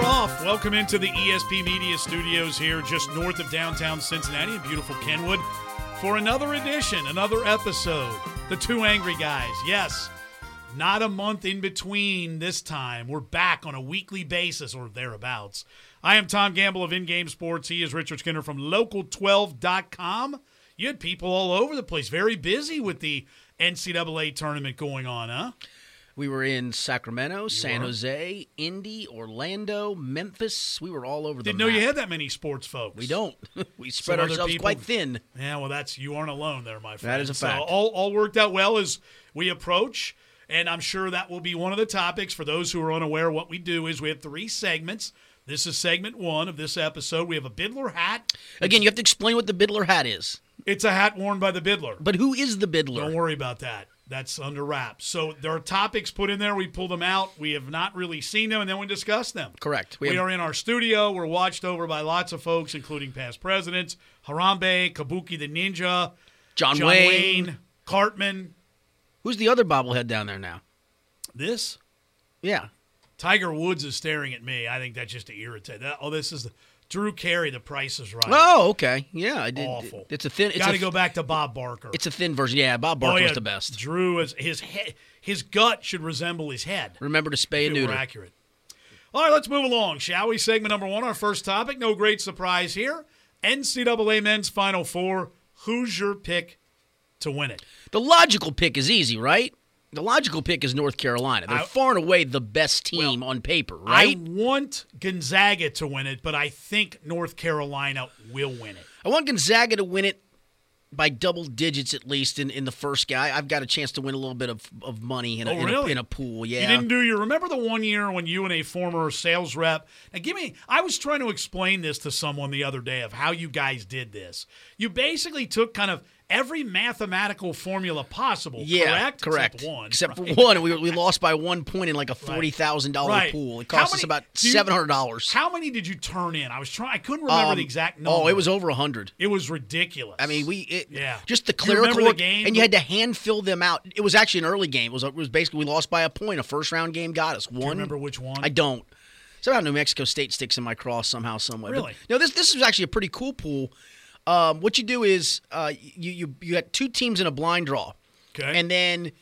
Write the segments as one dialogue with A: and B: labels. A: Welcome into the ESP Media Studios here, just north of downtown Cincinnati in beautiful Kenwood, for another edition, another episode. The Two Angry Guys. Yes, not a month in between this time. We're back on a weekly basis or thereabouts. I am Tom Gamble of In Game Sports. He is Richard Skinner from Local12.com. You had people all over the place, very busy with the NCAA tournament going on, huh?
B: We were in Sacramento, San
A: were.
B: Jose, Indy, Orlando, Memphis. We were all over
A: Didn't
B: the
A: know
B: map.
A: you had that many sports folks.
B: We don't. we spread
A: other
B: ourselves
A: people-
B: quite thin.
A: Yeah, well, that's you aren't alone there, my friend.
B: That is a fact.
A: So all all worked out well as we approach, and I'm sure that will be one of the topics for those who are unaware. What we do is we have three segments. This is segment one of this episode. We have a Biddler hat.
B: Again, you have to explain what the Biddler hat is.
A: It's a hat worn by the Biddler.
B: But who is the
A: Don't
B: Biddler?
A: worry about that. That's under wraps. So there are topics put in there. We pull them out. We have not really seen them, and then we discuss them.
B: Correct.
A: We,
B: We have-
A: are in our studio. We're watched over by lots of folks, including past presidents, Harambe, Kabuki the Ninja,
B: John,
A: John
B: Wayne.
A: Wayne, Cartman.
B: Who's the other bobblehead down there now?
A: This
B: Yeah.
A: Tiger Woods is staring at me. I think that's just to irritate. That, oh, this is the, Drew Carey. The Price is Right.
B: Oh, okay. Yeah, I did.
A: Awful.
B: It's a thin. It's
A: Got
B: a,
A: to go back to Bob Barker.
B: It's a thin version. Yeah, Bob
A: Oh,
B: Barker was
A: yeah,
B: the best.
A: Drew is his head. His gut should resemble his head.
B: Remember to spay and
A: If it were
B: neuter.
A: accurate. All right, let's move along, shall we? Segment number one, our first topic. No great surprise here. NCAA men's Final Four. Who's your pick to win it?
B: The logical pick is easy, right? The logical pick is North Carolina. They're
A: I-
B: far and away the best team on paper, right?
A: I want Gonzaga to win it, but I think North Carolina will win it.
B: I want Gonzaga to win it by double digits at least in, in the first guy. I've got a chance to win a little bit of, of money in a,
A: Oh,
B: in, a,
A: really?
B: in a pool.
A: You
B: Yeah.
A: didn't do your. Remember the one year when you and a former sales rep. Now, give me. I was trying to explain this to someone the other day of how you guys did this. You basically took kind of every mathematical formula possible.
B: yeah,
A: correct.
B: correct.
A: Except one.
B: Except for
A: right?
B: one, and we, we lost by one point in like a forty thousand dollar
A: Right.
B: pool. It
A: How
B: cost us
A: many-
B: about
A: do you-
B: seven hundred dollars.
A: How many did you turn in? I was trying. I couldn't remember the exact number.
B: Oh, it was over a hundred.
A: It was ridiculous.
B: I mean, we it,
A: Yeah.
B: just the
A: You remember
B: clerical
A: the
B: work,
A: game?
B: and you had to hand fill them out. It was actually an early game. It was it was basically we lost by a point. A first round game got us one.
A: remember which one?
B: I don't. Somehow New Mexico State sticks in my cross somehow some way. But,
A: Really?
B: no, this this is actually a pretty cool pool. Um, what you do is uh, you you you got two teams in a blind draw,
A: Okay.
B: and then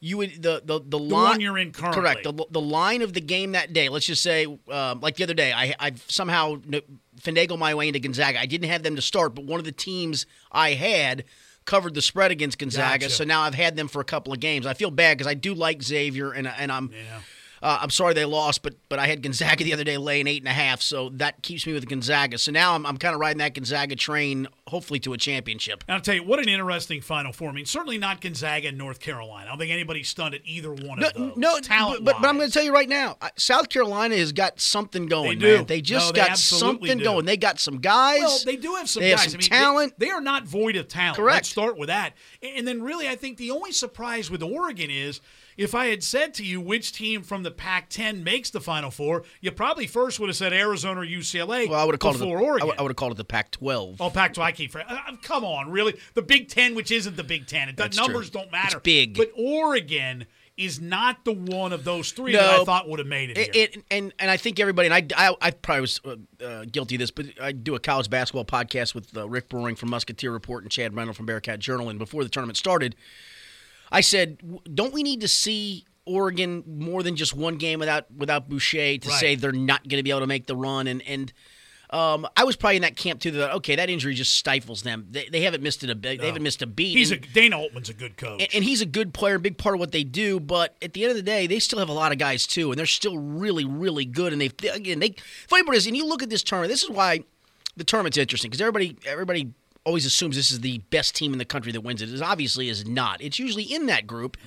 B: you would the the the, line
A: one you're in currently.
B: correct the, the line of the game that day. Let's just say um, like the other day, I I somehow n- finagled my way into Gonzaga. I didn't have them to start, but one of the teams I had covered the spread against Gonzaga,
A: Gotcha.
B: so now I've had them for a couple of games. I feel bad because I do like Xavier, and and I'm.
A: Yeah.
B: Uh, I'm sorry they lost, but but I had Gonzaga the other day laying eight and a half, so that keeps me with Gonzaga. So now I'm, I'm kind of riding that Gonzaga train, hopefully to a championship.
A: And I'll tell you what an interesting Final Four. I mean, certainly not Gonzaga and North Carolina. I don't think anybody's stunned at either one of those.
B: but, but, but I'm going to tell you right now, I- South Carolina has got something going.
A: do.
B: man. They just
A: No, they
B: got
A: absolutely
B: something
A: do.
B: going. They got some guys.
A: Well, they do have some
B: They have
A: guys. I
B: some
A: mean, they-
B: talent.
A: They, are not void of talent.
B: Correct.
A: Let's start with that. And and then, really, I think the only surprise with Oregon is if I had said to you which team from the Pac 10 makes the Final Four, you probably first would have said Arizona or UCLA
B: Well, I would have called it. The,
A: before
B: I
A: Oregon.
B: would have called it the Pac-12.
A: Oh, Pac-12. I keep. forget- Uh, come on, really? The Big Ten, which isn't the Big Ten, it, the
B: That's true.
A: numbers don't matter.
B: It's big.
A: but Oregon is not the one of those three that
B: No.
A: I thought would have made it.
B: It,
A: here.
B: it- and and I think everybody and I I, I probably was uh, uh, guilty of this, but I do a college basketball podcast with uh, Rick Boring from Musketeer Report and Chad Reynolds from Bearcat Journal, and before the tournament started, I said, "W- don't we need to see Oregon more than just one game without without Boucher to
A: Right.
B: say they're not going to be able to make the run and and. Um, I was probably in that camp too. That okay, that injury just stifles them. They, they haven't missed it a bit. They haven't missed a beat.
A: He's a
B: and-
A: Dana Altman's a good coach.
B: and, and he's a good player, a big part of what they do. But at the end of the day, they still have a lot of guys too, and they're still really, really good. And they they- again, they funny part is, and you look at this tournament. This is why the tournament's interesting because everybody, everybody always assumes this is the best team in the country that wins it. It obviously is not. It's usually in that group.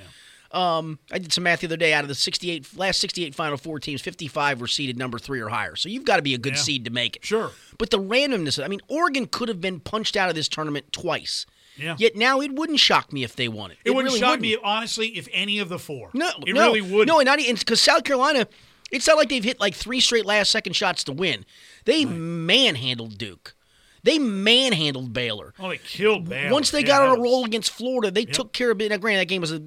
B: Um, I did some math the other day. Out of the sixty-eight last sixty-eight Final Four teams, fifty-five were seeded number three or higher. So you've got to be a good
A: Yeah.
B: seed to make it.
A: Sure.
B: But the randomness, I mean, Oregon could have been punched out of this tournament twice.
A: Yeah.
B: Yet now it wouldn't shock me if they won it.
A: it wouldn't
B: really
A: shock
B: wouldn't.
A: me honestly if any of the four.
B: No,
A: it
B: no,
A: really would.
B: No, and not because South Carolina, it's not like they've hit like three straight last second shots to win. They manhandled Duke. They manhandled Baylor.
A: oh, they killed Baylor.
B: Once they
A: Yeah,
B: got
A: that
B: on a
A: was-
B: roll against Florida, they took care of it. Now, granted, that game was a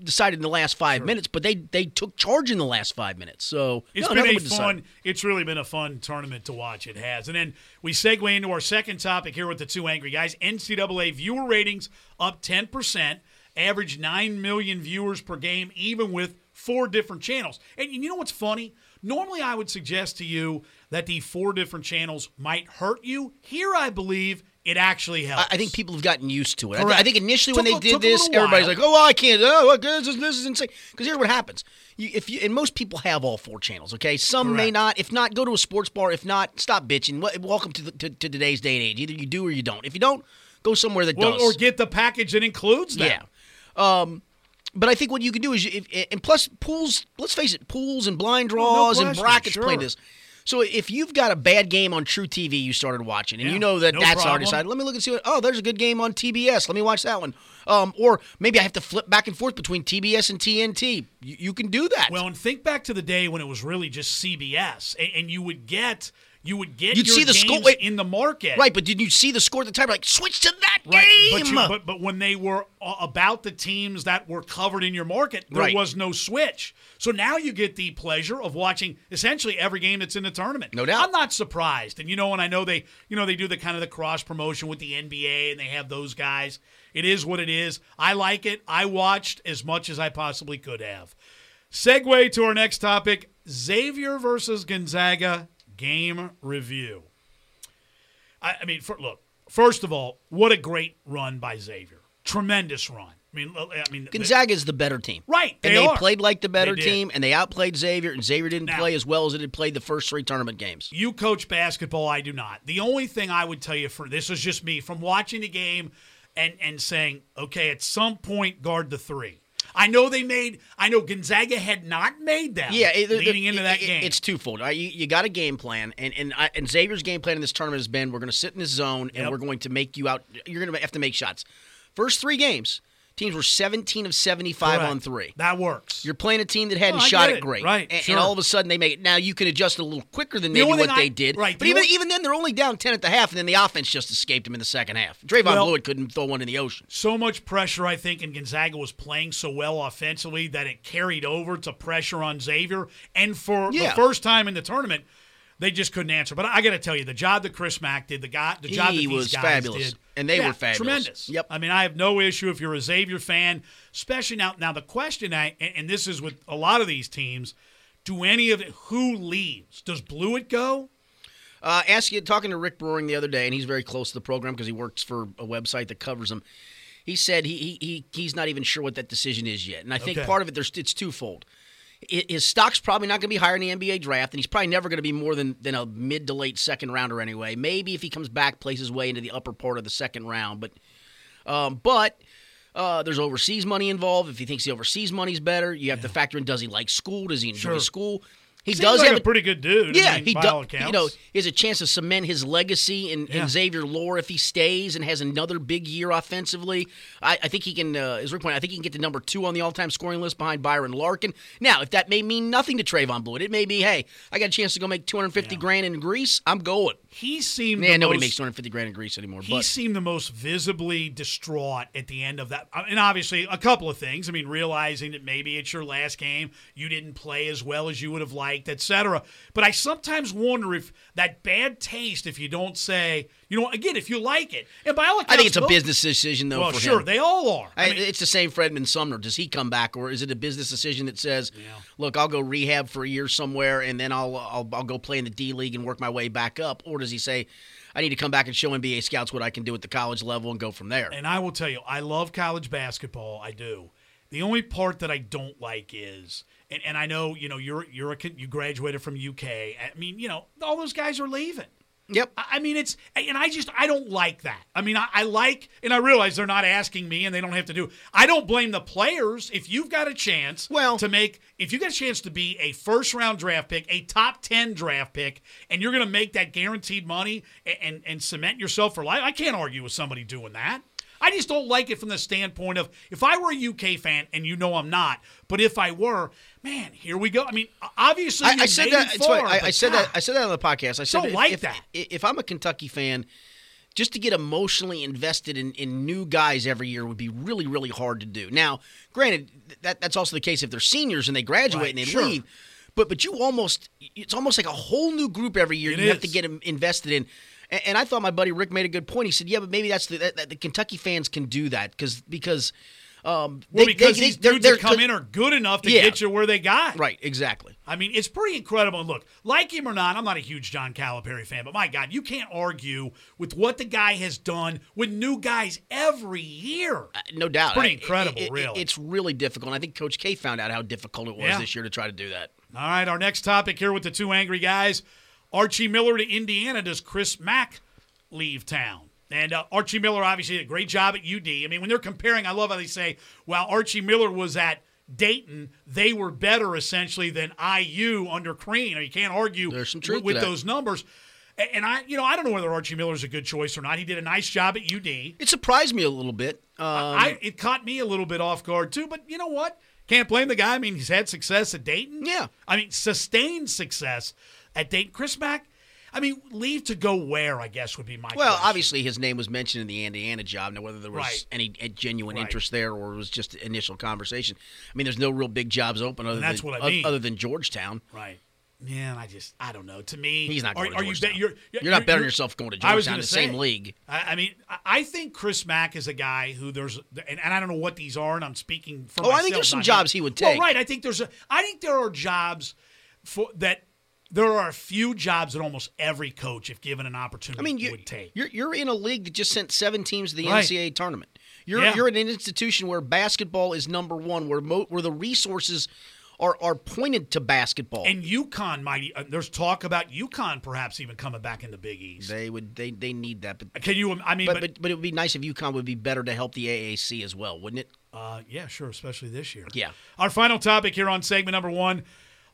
B: decided in the last five minutes, but they they took charge in the last five minutes. So
A: It's
B: no,
A: been
B: nothing
A: a
B: was decided.
A: fun. It's really been a fun tournament to watch. It has, and then we segue into our second topic here with the two angry guys. NCAA viewer ratings up ten percent, average nine million viewers per game, even with four different channels. And you know what's funny? Normally, I would suggest to you that the four different channels might hurt you. Here, I believe it actually helps.
B: I I think people have gotten used to it. I, thi-
A: Correct.
B: I think initially when
A: Took
B: they
A: a-
B: did
A: took a
B: this,
A: little
B: everybody's
A: while.
B: like, "Oh, I can't. Oh, what- this is this is insane." Because here's what happens: you, if you and most people have all four channels. Okay, some may
A: Correct.
B: not. If not, go to a sports bar. If not, stop bitching. Wel- Welcome to, the, to to today's day and age. Either you do or you don't. If you don't, go somewhere that
A: Well,
B: does.
A: or get the package that includes that.
B: Yeah. Um, but I think what you can do is, you, if, and plus pools. Let's face it, pools and blind draws and
A: Oh, question,
B: brackets play
A: sure.
B: this. So if you've got a bad game on True TV you started watching, and
A: Yeah,
B: you know that
A: no
B: that's
A: problem.
B: already decided, let me look and see what. Oh, there's a good game on TBS. Let me watch that one. Um, or maybe I have to flip back and forth between TBS and TNT. You, you can do that.
A: Well, and think back to the day when it was really just CBS, and, and you would get you would get
B: You'd
A: your
B: see the
A: games
B: score- wait.
A: in the market,
B: right, but did you see the score at the time? Like switch to that
A: Right,
B: game.
A: But, you, but but when they were a- about the teams that were covered in your market, there
B: Right.
A: was no switch. So now you get the pleasure of watching essentially every game that's in the tournament.
B: No doubt.
A: I'm not surprised, and you know, and I know they you know they do the kind of the cross promotion with the NBA, and they have those guys. It is what it is. I like it. I watched as much as I possibly could have. Segue to our next topic: Xavier versus Gonzaga game review. I, I mean, for, look. First of all, what a great run by Xavier! Tremendous run. I mean, l- I mean, they-
B: Gonzaga is the better team.
A: Right,
B: And
A: they
B: they,
A: are.
B: played like the better
A: They did.
B: team, and they outplayed Xavier, and Xavier didn't
A: Now-
B: play as well as it had played the first three tournament games.
A: You coach basketball, I do not. The only thing I would tell you for this is just me from watching the game and and saying, okay, at some point guard the three. I know they made. I know Gonzaga had not made that.
B: Yeah, it- it-
A: leading into
B: it-
A: that
B: it-
A: game,
B: it's twofold. Right? You, you got a game plan, and and, I, and Xavier's game plan in this tournament has been: we're going to sit in this zone, and
A: Yep.
B: we're going to make you out. You're going to have to make shots. First three games, teams were 17 of 75
A: Correct.
B: on three.
A: That works.
B: You're playing a team that hadn't
A: I
B: shot
A: get
B: it
A: it.
B: great,
A: Right,
B: And, and
A: sure.
B: all of a sudden they make it. Now you can adjust a little quicker than
A: The
B: maybe
A: only
B: what
A: thing
B: they
A: I-
B: did.
A: right,
B: but
A: the
B: even
A: only-
B: even then they're only down ten at the half, and then the offense just escaped them in the second half. Drayvon
A: Well-
B: Blewett couldn't throw one in the ocean.
A: so much pressure, I think, and Gonzaga was playing so well offensively that it carried over to pressure on Xavier. And for
B: Yeah.
A: the first time in the tournament, they just couldn't answer. But I got to tell you, the job that Chris Mack did, the guy, the job
B: He
A: that these
B: was
A: guys
B: fabulous.
A: did,
B: And they
A: yeah,
B: were fabulous.
A: tremendous.
B: Yep.
A: I mean, I have no issue if you're a Xavier fan, especially now. Now the question, I and, and this is with a lot of these teams, do any of who leaves? Does Blewett go?
B: Uh, asking, talking to Rick Broering the other day, and he's very close to the program because he works for a website that covers him. He said he, he, he he's not even sure what that decision is yet, and I think
A: Okay.
B: part of it there's it's twofold. I- His stock's probably not going to be higher in the NBA draft, and he's probably never going to be more than, than a mid to late second rounder anyway. Maybe if he comes back, plays his way into the upper part of the second round, but um, but uh, there's overseas money involved. If he thinks the overseas money's better, you have to factor in: does he like school? Does he enjoy
A: Sure.
B: school? He
A: Seems
B: does
A: like
B: have
A: a pretty good dude. I
B: yeah,
A: mean,
B: he
A: by
B: do-
A: all
B: You know,
A: accounts.
B: he has a chance to cement his legacy in,
A: Yeah.
B: in Xavier lore if he stays and has another big year offensively. I, I think he can, uh, as Rick pointed, out, I think he can get to number two on the all-time scoring list behind Byron Larkin. Now, if that may mean nothing to Trayvon Blewett, it may be, hey, I got a chance to go make 250 grand in Greece. I'm going.
A: he seemed
B: Yeah,
A: the
B: nobody
A: most-
B: makes 250 grand in Greece anymore.
A: He
B: But
A: seemed the most visibly distraught at the end of that. uh, And obviously, a couple of things. I mean, realizing that maybe it's your last game, you didn't play as well as you would have liked, etc. But I sometimes wonder if that bad taste, if you don't say, you know, again, if you like it. And by all accounts,
B: I think it's a
A: most-
B: business decision, though.
A: Well,
B: for
A: sure,
B: him.
A: they all are. I
B: I
A: mean,
B: it's the same Fredman Sumner. Does he come back, or is it a business decision that says, "Look, I'll go rehab for a year somewhere, and then I'll I'll, I'll go play in the D League and work my way back up," or does he say, "I need to come back and show NBA scouts what I can do at the college level and go from there"?
A: and I will tell you, I love college basketball. I do. The only part that I don't like is, and, and I know, you know, you're you're a, kid- you graduated from UK. I mean, you know, all those guys are leaving.
B: yep.
A: I I mean, it's and I just I don't like that. I mean, I, I like and I realize they're not asking me and they don't have to do. I don't blame the players if you've got a chance.
B: Well-
A: to make if you got a chance to be a first round draft pick, a top ten draft pick, and you're going to make that guaranteed money and, and and cement yourself for life. I can't argue with somebody doing that. I just don't like it from the standpoint of if I were a UK fan, and you know I'm not, but if I were, man, here we go. I mean, obviously,
B: I,
A: you
B: I said
A: made
B: that.
A: it
B: it's funny,
A: far,
B: I, I
A: but
B: said
A: God.
B: that. I said that on the podcast. I said
A: Don't
B: if-
A: like
B: if,
A: that.
B: If I'm a Kentucky fan, just to get emotionally invested in, in new guys every year would be really, really hard to do. Now, granted, th- that, that's also the case if they're seniors and they graduate
A: Right,
B: and they
A: sure.
B: leave. But but you almost it's almost like a whole new group every year
A: It
B: you have to
A: is.
B: get em- invested in. And, and I thought my buddy Rick made a good point. He said, "Yeah, but maybe that's the that, that the Kentucky fans can do that because because um,
A: Well,
B: they-
A: because
B: they-
A: these
B: they're-
A: dudes
B: they're-
A: that come in are good enough to
B: Yeah.
A: get you where they got.
B: right exactly."
A: I mean, it's pretty incredible. And look, like him or not, I'm not a huge John Calipari fan, but my God, you can't argue with what the guy has done with new guys every year.
B: no doubt.
A: pretty
B: I-
A: incredible, really.
B: It's really difficult. And I think Coach K found out how difficult it was
A: Yeah.
B: this year to try to do that.
A: All right, our next topic here with the two angry guys Archie Miller to Indiana. Does Chris Mack leave town? And uh, Archie Miller obviously did a great job at UD. I mean, when they're comparing, I love how they say, while Archie Miller was at Dayton, they were better essentially than IU under Crean. You can't argue
B: There's some truth
A: with
B: to that.
A: those numbers. A- And I, you know, I don't know whether Archie Miller's a good choice or not. He did a nice job at UD.
B: It surprised me a little bit. Uh,
A: I, it caught me a little bit off guard too, but you know what? Can't blame the guy. I mean, he's had success at Dayton.
B: Yeah.
A: I mean, sustained success at Dayton. Chris Mack, I mean, leave to go where, I guess, would be my
B: well,
A: question.
B: obviously, his name was mentioned in the Indiana job. Now, whether there was
A: Right.
B: any uh, genuine
A: Right.
B: interest there or it was just initial conversation, I mean, there's no real big jobs open other,
A: that's
B: than,
A: what I
B: oth-
A: mean.
B: other than Georgetown.
A: Right. Man, I just, I don't know. To me,
B: He's not going
A: are,
B: to
A: are you
B: Georgetown.
A: bet- you're, you're,
B: You're not
A: you're-
B: bettering yourself going to
A: I was
B: Georgetown in
A: gonna
B: the
A: say,
B: same league.
A: I, I mean, I, I think Chris Mack is a guy who there's, and, and I don't know what these are, and I'm speaking for
B: Oh, I
A: myself.
B: think there's some
A: not him.
B: jobs he would take.
A: Well, right. I think there's a, I think there are jobs for that. There are a few jobs that almost every coach, if given an opportunity,
B: I mean, you,
A: would take.
B: you're you're in a league that just sent seven teams to the
A: Right.
B: NCAA tournament. You're
A: Yeah.
B: you're at an institution where basketball is number one, where mo- where the resources are are pointed to basketball.
A: And UConn might. Uh, there's talk about UConn perhaps even coming back in the Big East.
B: they would they they need that, but
A: Can you? I mean, but,
B: but but, but it would be nice if UConn would be better to help the AAC as well, wouldn't it?
A: uh, yeah, sure, especially this year.
B: Yeah.
A: Our final topic here on segment number one.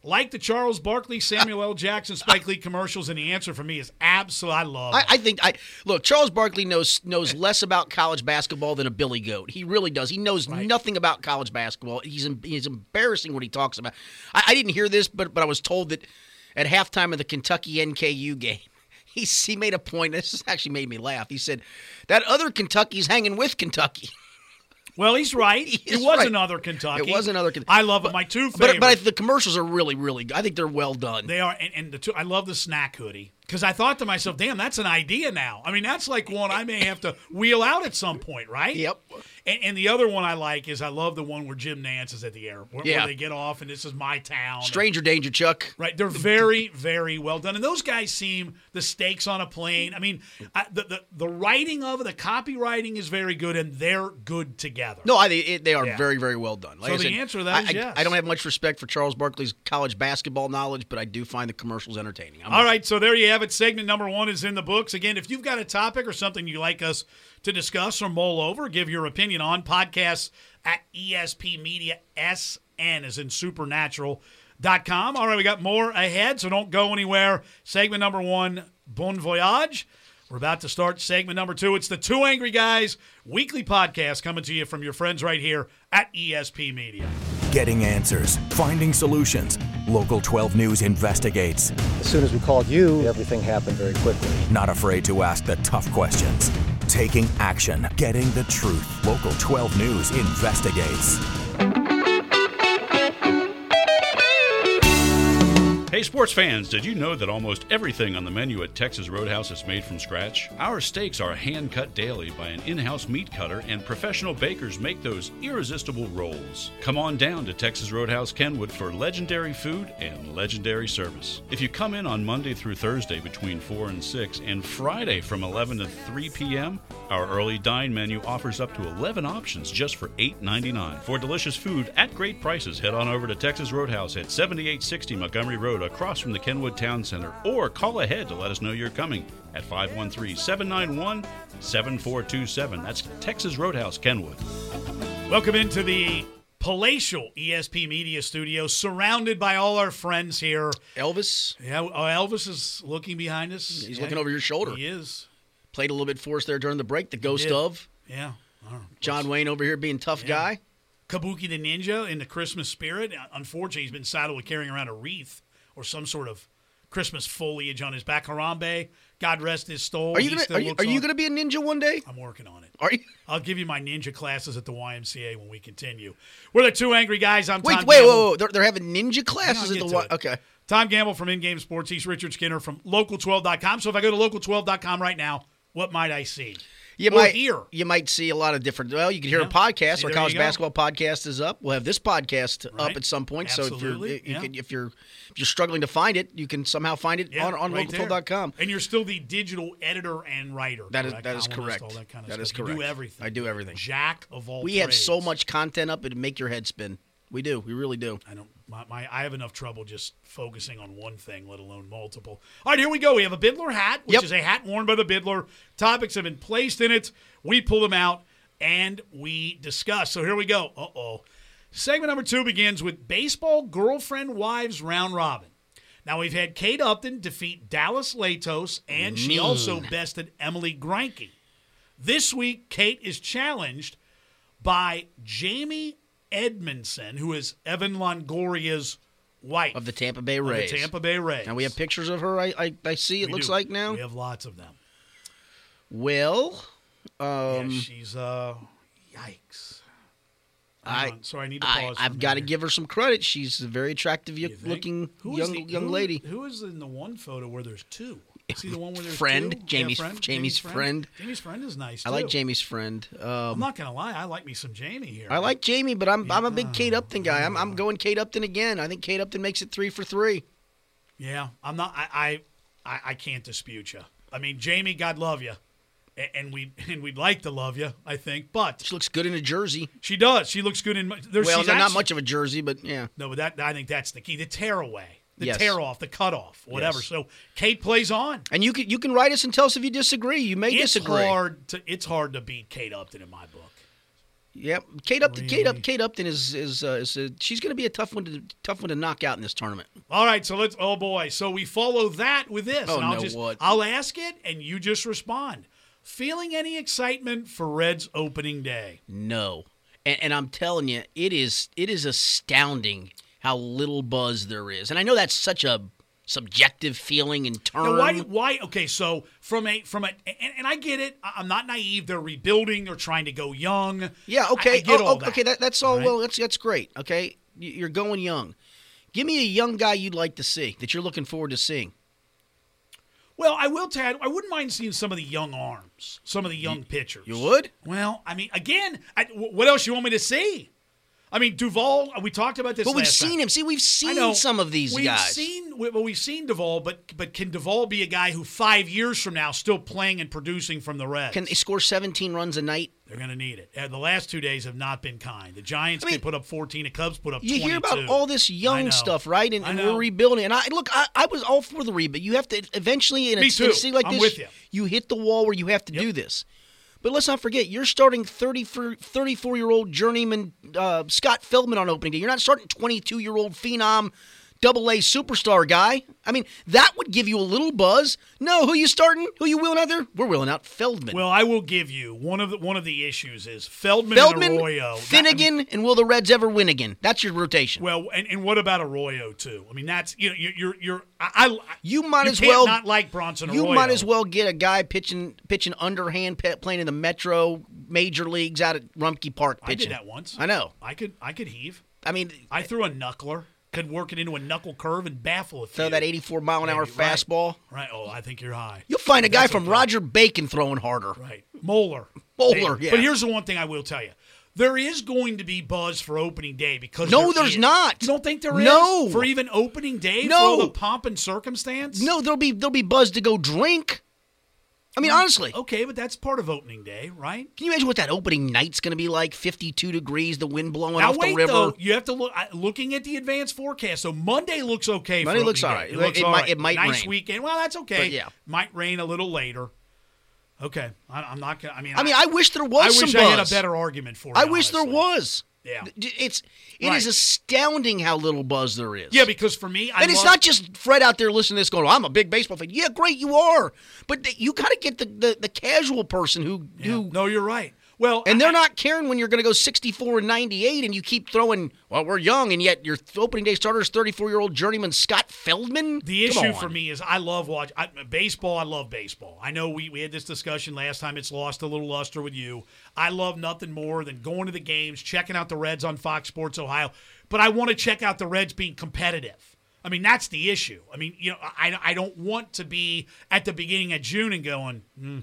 A: Like the Charles Barkley, Samuel L. Jackson, Spike Lee commercials, and the answer for me is absolutely. I love.
B: I, I think I look. Charles Barkley knows knows less about college basketball than a billy goat. He really does. He knows nothing about college basketball. He's em- he's embarrassing when he talks about. I, I didn't hear this, but but I was told that at halftime of the Kentucky NKU game, he s- he made a point. This actually made me laugh. He said that other Kentucky's hanging with Kentucky.
A: well, he's right.
B: is
A: it was
B: right.
A: another Kentucky.
B: It was another Ken-
A: I love my two favorites.
B: But but I, the commercials are really really. good. I think they're well done.
A: They are, and, and the two. I love the snack hoodie because I thought to myself, "Damn, that's an idea now." I mean, that's like one I may have to wheel out at some point, right?
B: Yep.
A: And, and the other one I like is I love the one where Jim Nance is at the air, where,
B: Yeah.
A: where they get off, and this is my town.
B: Stranger danger, Chuck.
A: Right, they're very, very well done, and those guys seem the stakes on a plane. I mean, I, the, the the writing of it, the copywriting is very good, and they're good together.
B: No, I think it, they are
A: Yeah.
B: very, very well done. Like
A: So
B: I
A: the
B: said,
A: answer to that
B: I,
A: is
B: I-
A: yes.
B: I don't have much respect for Charles Barkley's college basketball knowledge, but I do find the commercials entertaining. I'm
A: All right, so there you have it. Segment number one is in the books. Again, if you've got a topic or something you'd like us to discuss or mull over, give your opinion on podcasts at ESP Media SN as in supernatural.com. All right, we got more ahead, so don't go anywhere. Segment number one, Bon Voyage. We're about to start segment number two. It's the Two Angry Guys weekly podcast coming to you from your friends right here at ESP Media.
C: Getting answers, finding solutions. Local 12 News investigates.
D: As soon as we called you, everything happened very quickly.
C: Not afraid to ask the tough questions. Taking action, getting the truth. Local 12 News investigates.
E: Hey, sports fans, did you know that almost everything on the menu at Texas Roadhouse is made from scratch? Our steaks are hand cut daily by an in house meat cutter, and professional bakers make those irresistible rolls. Come on down to Texas Roadhouse Kenwood for legendary food and legendary service. If you come in on Monday through Thursday between 4 and 6, and Friday from 11 to 3 p.m., our early dine menu offers up to 11 options just for $8.99. For delicious food at great prices, head on over to Texas Roadhouse at 7860 Montgomery Road across from the Kenwood Town Center or call ahead to let us know you're coming at 513 791 7427. That's Texas Roadhouse Kenwood.
A: Welcome into the palatial ESP Media Studio, surrounded by all our friends here.
B: Elvis
A: Yeah, oh, Elvis is looking behind us.
B: He's looking over your shoulder.
A: He is.
B: played a little bit for us there during the break. The ghost
A: did.
B: of
A: Yeah. All right.
B: John Wayne over here being tough guy.
A: Kabuki the Uh, Ninja in the Christmas spirit. Unfortunately, he's been saddled with carrying around a wreath or some sort of Christmas foliage on his back. Harambe, God rest his soul.
B: Are you
A: he
B: gonna
A: still
B: are you,
A: looks Oh.
B: are you
A: on-
B: gonna be a ninja one day?
A: I'm working on it.
B: Are you?
A: I'll give you my ninja classes at the YMCA when we continue. We're the two angry guys. I'm
B: Wait,
A: Tom
B: wait, whoa,
A: Gamble.
B: whoa, whoa. They're, they're having ninja classes
A: I'll
B: at
A: get
B: the
A: to
B: wa-
A: it.
B: okay.
A: Tom Gamble from In-Game Sports. He's Richard Skinner from Local12.com. So if I go to Local12.com right now, what might I see?
B: You
A: Or
B: might
A: hear.
B: You might see a lot of different. Well, you can hear
A: Yeah.
B: a podcast.
A: See,
B: Our
A: there
B: college
A: you go.
B: basketball podcast is up. We'll have this podcast
A: Right.
B: up at some point. So if
A: Absolutely,
B: you're you
A: yeah.
B: can, if you're if you're struggling to find it, you can somehow find it
A: Yeah,
B: on on
A: right there.
B: local12.com.
A: And you're still the digital editor and writer.
B: That is
A: correct?
B: that is
A: Columnist,
B: correct.
A: All that kind of
B: That
A: stuff.
B: is
A: You
B: correct.
A: do everything.
B: I do everything.
A: Jack of all.
B: We have so
A: trades.
B: much content up it make your head spin. We do. We really do.
A: I don't. My, my I have enough trouble just focusing on one thing, let alone multiple. All right, here we go. We have a Bidler hat, which
B: Yep.
A: is a hat worn by the Bidler. Topics have been placed in it. We pull them out and we discuss. So here we go. Uh oh. Segment number two begins with baseball girlfriend wives round robin. Now we've had Kate Upton defeat Dallas Latos, and she also bested Emily Granke. This week, Kate is challenged by Jamie Edmondson, who is Evan Longoria's wife
B: Of the Tampa Bay
A: of the
B: Rays.
A: Tampa Bay Rays.
B: Now we have pictures of her. I I, I see. It
A: We
B: looks
A: do.
B: like now.
A: we have lots of them.
B: well,
A: Yeah,
B: Um,
A: she's uh, yikes. Hang
B: I-
A: on. sorry, I need to
B: I,
A: pause. for a
B: I've got to
A: minute.
B: give her some credit. She's a very attractive
A: You think?
B: looking
A: Who is
B: young
A: the-
B: young
A: who-
B: lady.
A: Who is in the one photo where there's two? See the one where there's
B: Friend,
A: two? Yeah,
B: Jamie's- Jamie's friend.
A: Jamie's friend is nice.
B: I like
A: too.
B: Jamie's friend.
A: I'm
B: Um,
A: not gonna lie, I like me some Jamie here.
B: I like Jamie, but I'm I'm a big
A: Ah.
B: Kate Upton guy. I'm I'm going Kate Upton again. I think Kate Upton makes it three for three.
A: Yeah, I'm not. I I, I, I can't dispute you. I mean, Jamie, God love you, and, and we and we'd like to love you. I think, but
B: She looks good in a jersey.
A: she does. She looks good in. my- There,
B: Well,
A: she's
B: not, not
A: actually-
B: much of a jersey, but yeah.
A: No, but that I think that's the key. The tear away, the
B: Yes.
A: tear off, the cut off, whatever.
B: Yes.
A: So Kate plays on.
B: And you can you can write us and tell us if you disagree. You may
A: It's
B: disagree.
A: hard to it's hard to beat Kate Upton in my book.
B: Yep. Kate Upton. Kate
A: Really?
B: Up. Kate Upton is is, uh, is uh she's going to be a tough one to tough one to knock out in this tournament.
A: All right, so let's. Oh boy, so we follow that with this.
B: Oh,
A: and I'll
B: no,
A: just,
B: what?
A: I'll ask it, and you just respond. Feeling any excitement for Reds opening day?
B: No. And, and I'm telling you, it is it is astounding how little buzz there is. And I know that's such a subjective feeling and term.
A: Now, why? do- Why? Okay, so from a from a and, and I get it. I- I'm not naive. They're rebuilding. They're trying to go young.
B: Yeah.
A: I-
B: Okay.
A: I get
B: oh,
A: all
B: oh,
A: that.
B: Okay. That, that's all.
A: right?
B: Well, that's that's great. Okay. You- You're going young. Give me a young guy you'd like to see that you're looking forward to seeing.
A: Well, I will, Tad. I wouldn't mind seeing some of the young arms, some of the young pitchers.
B: You would?
A: Well, I mean, again, I, wh- what else you want me to see? I mean, Duvall. uh, We talked about this.
B: But we've
A: last
B: seen
A: time.
B: him. See, we've
A: I
B: seen
A: know.
B: some of these
A: we've
B: guys.
A: Seen, we- well, we've seen Duvall, but but can Duvall be a guy who five years from now still playing and producing from the Reds?
B: Can they score 17 runs a night?
A: They're going to need it. Uh, The last two days have not been kind. The Giants
B: I mean,
A: can put up 14. The Cubs put up.
B: You
A: 22.
B: hear about all this
A: I know.
B: young stuff, right? And,
A: I
B: and
A: know.
B: we're rebuilding. And I look, I, I was all for the rebuild. You have to eventually in a,
A: Me
B: in a
A: too.
B: city like
A: I'm
B: this,
A: with you.
B: hit the wall where you have to do this. But let's not forget, you're starting 30 for 34 year old journeyman uh, Scott Feldman on opening day. You're not starting 22 year old phenom. Double A superstar guy. I mean, that would give you a little buzz. No, who you starting? Who you wheeling out there? We're wheeling out Feldman.
A: Well, I will give you one of the one of the issues is Feldman,
B: Feldman,
A: and Arroyo, That- I mean,
B: Finnegan, and will the Reds ever win again? That's your rotation.
A: Well, and, and what about Arroyo too? I mean, that's you know you're you're, you're I, I
B: You might
A: you
B: as
A: can't
B: well
A: not like Bronson.
B: You
A: Arroyo.
B: might as well get a guy pitching pitching underhand pe- playing in the Metro Major Leagues out at Rumpke Park
A: I
B: pitching.
A: did that once.
B: I know.
A: I could I could heave.
B: I mean,
A: I threw a knuckler. Could work it into a knuckle curve and baffle a
B: throw
A: few.
B: that 84 mile an
A: Yeah,
B: hour
A: you're right.
B: fastball.
A: Right. Oh, I think you're high.
B: You'll find a guy
A: That's
B: from
A: okay.
B: Roger Bacon throwing harder.
A: Right. Moeller.
B: Moeller,
A: They-
B: yeah.
A: But here's the one thing I will tell you. There is going to be buzz for opening day because
B: No,
A: there
B: there's
A: is.
B: not.
A: You don't think there is?
B: No.
A: for even opening day for
B: No.
A: all the pomp and circumstance.
B: No, there'll be there'll be buzz to go drink. I mean, honestly,
A: Okay, but that's part of opening day, right?
B: can you imagine what that opening night's going to be like? 52 degrees, the wind blowing
A: Now
B: off
A: wait
B: the river.
A: though, you have to look. I- Looking at the advanced forecast, so Monday looks okay.
B: Monday
A: for
B: looks
A: opening
B: all right.
A: day. It looks
B: It
A: all
B: might-
A: right.
B: it might
A: nice
B: rain.
A: weekend. Well, that's okay.
B: But yeah.
A: might rain a little later. Okay, I, I'm not gonna. I mean,
B: I mean, I wish there was
A: I
B: some
A: wish I had a
B: buzz.
A: better argument for. it,
B: I wish there
A: honestly.
B: was.
A: Yeah.
B: D- It's it is
A: Right.
B: astounding how little buzz there is.
A: Yeah, because for me, I
B: and it's
A: love-
B: not just Fred out there listening to this going, I'm a big baseball fan. Yeah, great, you are. But th- you kind of get the, the, the casual person who,
A: Yeah.
B: who
A: No, you're right. Well,
B: And they're
A: I-
B: not caring when you're going to go 64 and 98 and you keep throwing, well, we're young, and yet your th- opening day starter is 34 year old journeyman Scott Feldman?
A: The
B: Come
A: issue
B: on.
A: for me is I love watch I, baseball. I love baseball. I know we, we had this discussion last time. It's lost a little luster with you. I love nothing more than going to the games, checking out the Reds on Fox Sports Ohio. But I want to check out the Reds being competitive. I mean, that's the issue. I mean, you know, I, I don't want to be at the beginning of June and going, "Mm,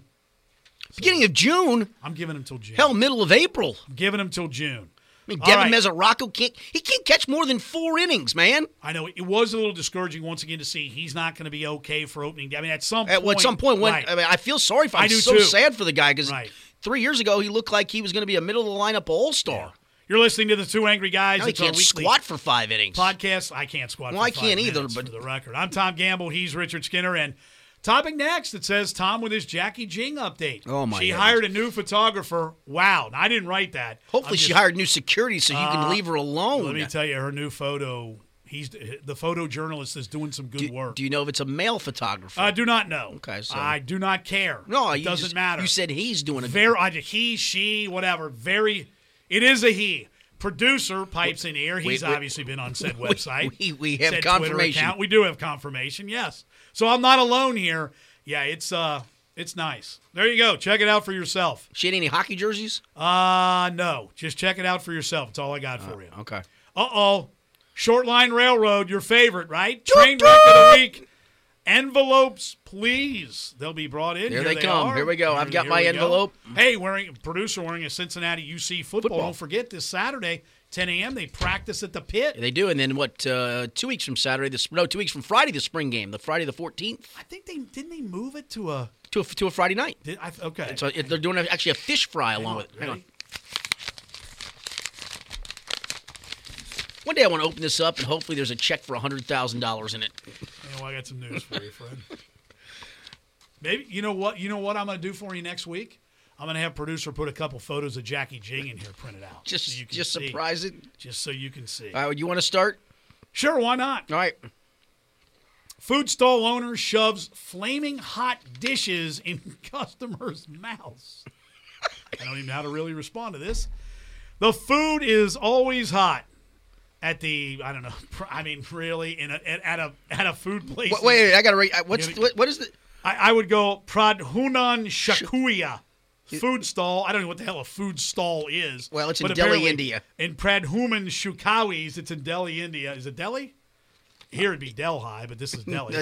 B: Beginning of June,
A: I'm giving them till June.
B: hell, middle of April.
A: I'm giving them till June.
B: I mean,
A: All
B: Devin
A: right.
B: Mesoraco can't, he can't catch more than four innings, man.
A: I know it was a little discouraging once again to see he's not going to be okay for opening day. I mean, at some
B: At
A: point,
B: what some point, when
A: right.
B: I mean, I feel sorry for.
A: I
B: I'm
A: do
B: so
A: too.
B: sad for the guy because
A: Right.
B: three years ago he looked like he was going to be a middle of the lineup all star.
A: you're listening to the two angry guys.
B: Now he
A: It's our
B: can't
A: weekly-
B: squat for five innings.
A: podcast. I can't squat.
B: Well,
A: for
B: I
A: five
B: can't either,
A: minutes,
B: but-
A: for the record, I'm Tom Gamble. He's Richard Skinner, and topic next that says Tom with his Jackie Jing update.
B: Oh, my
A: She
B: heavens.
A: hired a new photographer. Wow, Now, I didn't write that.
B: Hopefully,
A: I'm
B: she
A: just- Uh,
B: hired new security so you can leave her alone.
A: Let me tell you, her new photo. He's the photojournalist is doing some good
B: do,
A: work.
B: do you know if it's a male photographer?
A: I do not know.
B: Okay, so-
A: I do not care.
B: no,
A: it
B: you
A: doesn't
B: just-
A: matter.
B: You said he's doing it.
A: very I, he, she, whatever. Very, it is a he. Producer pipes in here. He's
B: wait, wait.
A: obviously been on said website.
B: we- we
A: said
B: have
A: Twitter
B: confirmation.
A: account. We do have confirmation. Yes. So I'm not alone here. Yeah, it's uh, it's nice. There you go. Check it out for yourself.
B: she had any hockey jerseys?
A: Uh no, just check it out for yourself. It's all I got for you.
B: Okay.
A: Uh oh. Short line railroad, your favorite, right? Train wreck of the week. Envelopes, please. They'll be brought in.
B: Here
A: Here
B: they come.
A: are.
B: Here we go. I've got my
A: we go.
B: envelope.
A: Hey, wearing producer wearing a Cincinnati UC football.
B: Football.
A: Don't forget this Saturday, 10 a.m. They practice at the pit.
B: They do, and then what? Uh, two weeks from Saturday, this no, two weeks from Friday, the spring game, the Friday the fourteenth,
A: I think they didn't they move it to a.
B: to a, to a Friday night.
A: Did, I, okay.
B: So it- they're doing a- actually a fish fry along
A: on,
B: with it. Hang on.
A: ready?
B: One day I want to open this up, and hopefully there's a check for hundred thousand dollars in it.
A: You know, I got some news for you, Fred. Maybe you know what you know what I'm going to do for you next week. I'm going to have producer put a couple photos of Jackie Jing in here printed out.
B: Just
A: so you can
B: just
A: see.
B: surprise it.
A: Just so you can see.
B: All right, you want to start?
A: Sure, why not?
B: All right.
A: Food stall owner shoves flaming hot dishes in customers' mouths. I don't even know how to really respond to this. The food is always hot at the I don't know. pr- I mean, really, in a, at, at a at a food place.
B: Wait, wait, I gotta. Re- I- what's
A: Yeah,
B: what, what is the?
A: I, I would go Pradhunan Shakuya. Food stall. I don't know what the hell a food stall is.
B: Well, it's in
A: but
B: Delhi,
A: apparently
B: India.
A: In Pradhuman Shukawis, it's in Delhi, India. Is it Delhi? Here it'd be Delhi, but this is Delhi.
B: Uh,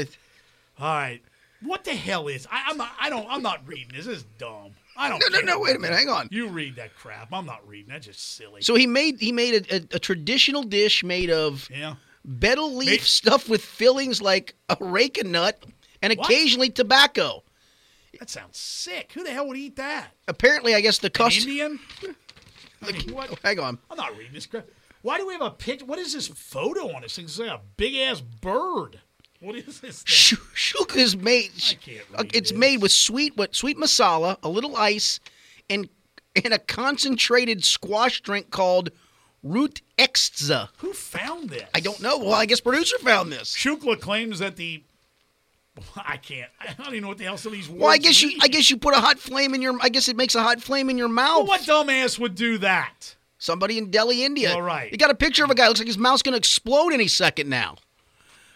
A: All right. What the hell is I, I'm not, I don't I'm not reading this. This is dumb. I don't
B: No, no,
A: care
B: no,
A: about
B: wait a
A: that.
B: minute, hang on.
A: You read that crap. I'm not reading. That's just silly.
B: So he made he made a, a, a traditional dish made of
A: yeah.
B: betel leaf
A: Ma-
B: stuffed with fillings like areca nut and
A: What?
B: occasionally tobacco.
A: That sounds sick. Who the hell would eat that?
B: Apparently, I guess the
A: An
B: cost.
A: Indian? I mean, what?
B: Hang on.
A: I'm not reading this crap. Why do we have a picture? What is this photo on this thing? It's like a big ass bird. What is this thing?
B: Sh- Shuka is made. sh-
A: can't
B: uh,
A: read
B: it's
A: this.
B: made with sweet what sweet masala, a little ice, and and a concentrated squash drink called root extra.
A: Who found this?
B: I don't know. Well, I guess producer found this.
A: Shukla claims that the. I can't. I don't even know what the hell some of these words
B: Well, I guess you
A: mean.
B: I guess you put a hot flame in your. I guess it makes a hot flame in your
A: Well,
B: mouth.
A: what dumbass would do that?
B: Somebody in Delhi, India.
A: All right.
B: You got a picture of a guy. Looks like his mouth's going to explode any second now.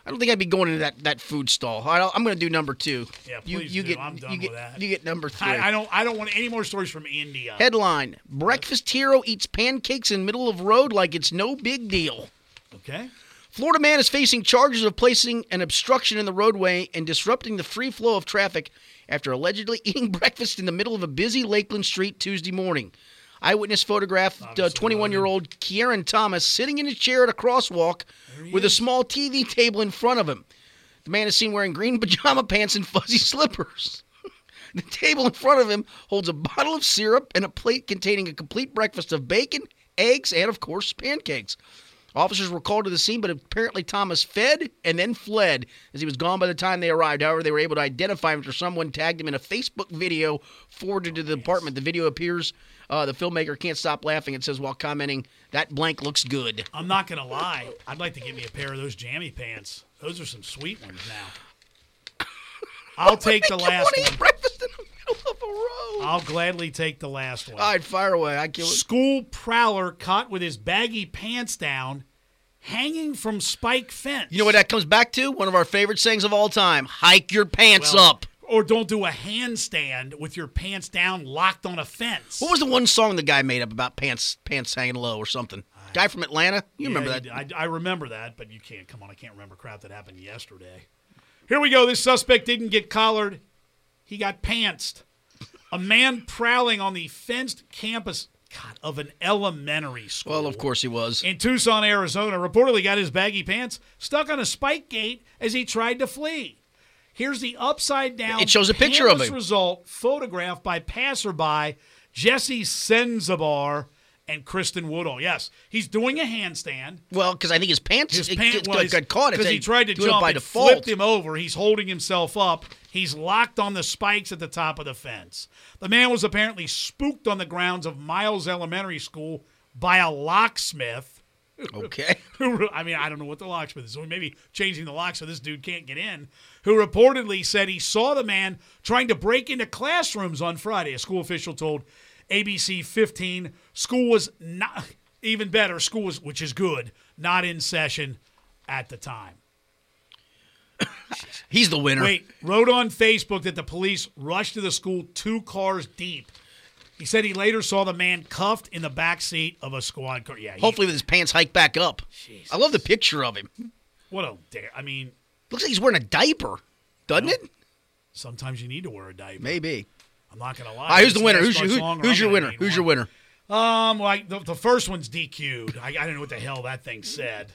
B: I don't think I'd be going into that, that food stall. All right, I'll- I'm going to do number two.
A: Yeah,
B: you,
A: please
B: you
A: do.
B: Get,
A: I'm done
B: you
A: with
B: get,
A: that.
B: You get number three.
A: I, I don't. I don't want any more stories from India.
B: Headline: Breakfast hero eats pancakes in middle of road like it's no big deal.
A: Okay.
B: Florida man is facing charges of placing an obstruction in the roadway and disrupting the free flow of traffic after allegedly eating breakfast in the middle of a busy Lakeland street Tuesday morning. Eyewitness photographed
A: Obviously,
B: 21 year old Kieran Thomas sitting in a chair at a crosswalk with a small TV table in front of him. The man is seen wearing green pajama pants and fuzzy slippers. The table in front of him holds a bottle of syrup and a plate containing a complete breakfast of bacon, eggs, and of course, pancakes. Officers were called to the scene, but apparently Thomas fed and then fled as he was gone by the time they arrived. However, they were able to identify him after someone tagged him in a Facebook video forwarded to the department. The video appears, uh, the filmmaker can't stop laughing. It says while commenting, that blank looks good.
A: I'm not gonna lie. I'd like to get me a pair of those jammy pants. Those are some sweet ones now. I'll take the
B: You wanna
A: last
B: eat
A: one.
B: breakfast in the middle of the road.
A: I'll gladly take the last one.
B: All right, fire away. I kill it.
A: School prowler caught with his baggy pants down, hanging from spike fence.
B: You know what that comes back to? One of our favorite sayings of all time: "Hike your pants up."
A: Or don't do a handstand with your pants down, locked on a fence.
B: What was the one song the guy made up about pants pants hanging low or something? Guy from Atlanta. You remember that?
A: I, I remember that, but you can't. Come on, I can't remember crap that happened yesterday. Here we go. This suspect didn't get collared. He got pantsed. A man prowling on the fenced campus God, of an elementary school.
B: well, of course he was.
A: in Tucson, Arizona, reportedly got his baggy pants stuck on a spike gate as he tried to flee. Here's the upside down.
B: It shows a picture of
A: pantless
B: him.
A: Result photographed by passerby Jesse Senzabar and Kristen Woodall. Yes, he's doing a handstand.
B: Well, because I think his pants
A: His
B: it,
A: pant
B: gets-
A: was
B: got caught. It's
A: because he
B: a-
A: tried to
B: doing it
A: jump.
B: by
A: it
B: default.
A: flipped him over. He's holding himself up. He's locked on the spikes at the top of the fence. The man was apparently spooked on the grounds of Miles Elementary School by a locksmith.
B: Okay.
A: who I mean, I don't know what the locksmith is. So maybe changing the lock so this dude can't get in. Who reportedly said he saw the man trying to break into classrooms on Friday. A school official told ABC 15 school was not even better. School was, which is good, not in session at the time.
B: He's the winner.
A: Wait, wrote on Facebook that the police rushed to the school two cars deep. He said he later saw the man cuffed in the back seat of a squad car. Yeah, he-
B: Hopefully, with his pants hiked back up. I love the picture of him.
A: what a dare! I mean,
B: Looks like he's wearing a diaper, doesn't it?
A: sometimes you need to wear a diaper.
B: Maybe.
A: I'm not gonna lie.
B: All right, who's the
A: This
B: winner?
A: next
B: Who's your,
A: one's
B: who-
A: longer.
B: who's
A: I'm
B: your
A: gonna
B: winner?
A: need
B: Who's your
A: one.
B: winner?
A: Um, like the, the first one's DQ'd. I, I don't know what the hell that thing said.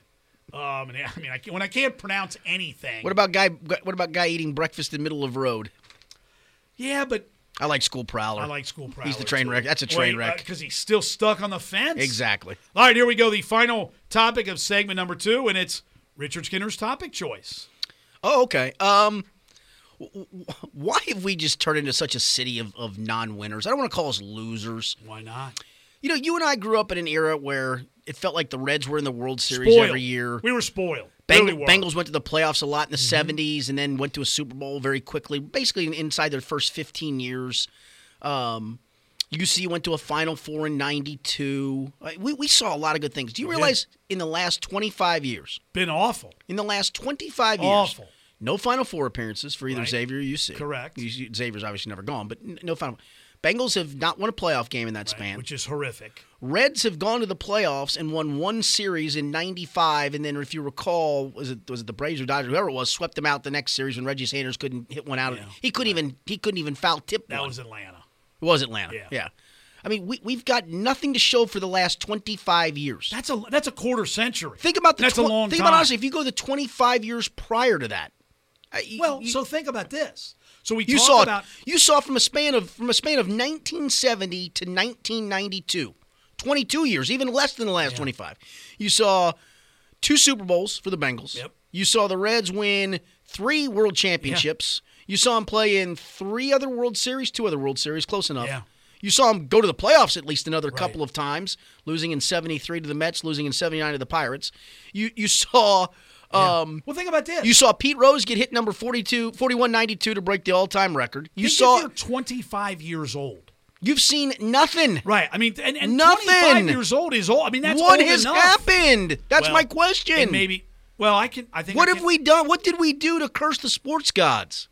A: Um, and I I mean, I can, when I can't pronounce anything.
B: What about guy? What about guy eating breakfast in the middle of road?
A: Yeah, but
B: I like school prowler.
A: I like school prowler.
B: He's the train
A: too. uh,
B: wreck. That's a train wreck.
A: because he's still stuck on the fence.
B: exactly.
A: All right, here we go. The final topic of segment number two, and it's Richard Skinner's topic choice.
B: Oh, okay. Um, w- w- why have we just turned into such a city of, of non-winners? I don't want to call us losers.
A: Why not?
B: You know, you and I grew up in an era where it felt like the Reds were in the World Series
A: Spoiled.
B: every year.
A: we were spoiled.
B: Beng-
A: Really Mm-hmm. were.
B: Bengals went to the playoffs a lot in the 70s and then went to a Super Bowl very quickly, basically in- inside their first 15 years. Um, UC went to a Final Four in 92. Like, We, we saw a lot of good things. Do you realize in the last 25 years,
A: been awful.
B: in the last 25 years,
A: Awful.
B: no Final Four appearances for either
A: Right.
B: Xavier or UC?
A: Correct.
B: UC, Xavier's obviously never gone, but n- no Final Bengals have not won a playoff game in that span.
A: Which is horrific.
B: Reds have gone to the playoffs and won one series in '95, and then if you recall, was it was it the Braves or Dodgers, whoever it was, swept them out the next series when Reggie Sanders couldn't hit one out. of He couldn't even he couldn't even foul tip
A: That
B: one.
A: was Atlanta.
B: it was Atlanta.
A: Yeah.
B: I mean, we we've got nothing to show for the last 25 years.
A: That's a that's a quarter century.
B: think about the
A: that's
B: twen-
A: a long
B: think
A: time.
B: about honestly, if you go the 25 years prior to that, I- you-
A: Well,
B: you,
A: so think about this. So we
B: you
A: talk
B: saw
A: about
B: you saw from a span of from a span of 1970 to 1992 22 years even less than the last 25 you saw two super bowls for the bengals
A: Yep.
B: you saw the reds win three world championships you saw them play in three other world series two other world series close enough
A: Yeah.
B: you saw them go to the playoffs at least another couple of times losing in 73 to the mets losing in 79 to the pirates you you saw um,
A: Well, think about this.
B: you saw Pete Rose get hit number 42, 4192 to break the all-time record. You
A: Think
B: saw
A: if you're 25 years old.
B: you've seen nothing.
A: Right. I mean, and, and
B: Nothing.
A: 25 years old is old. I mean, that's
B: what
A: old
B: has
A: enough.
B: happened? That's
A: Well,
B: my
A: And
B: question.
A: maybe. Well, I can. I think.
B: what
A: I
B: have
A: can-
B: we done? What did we do to curse the sports gods?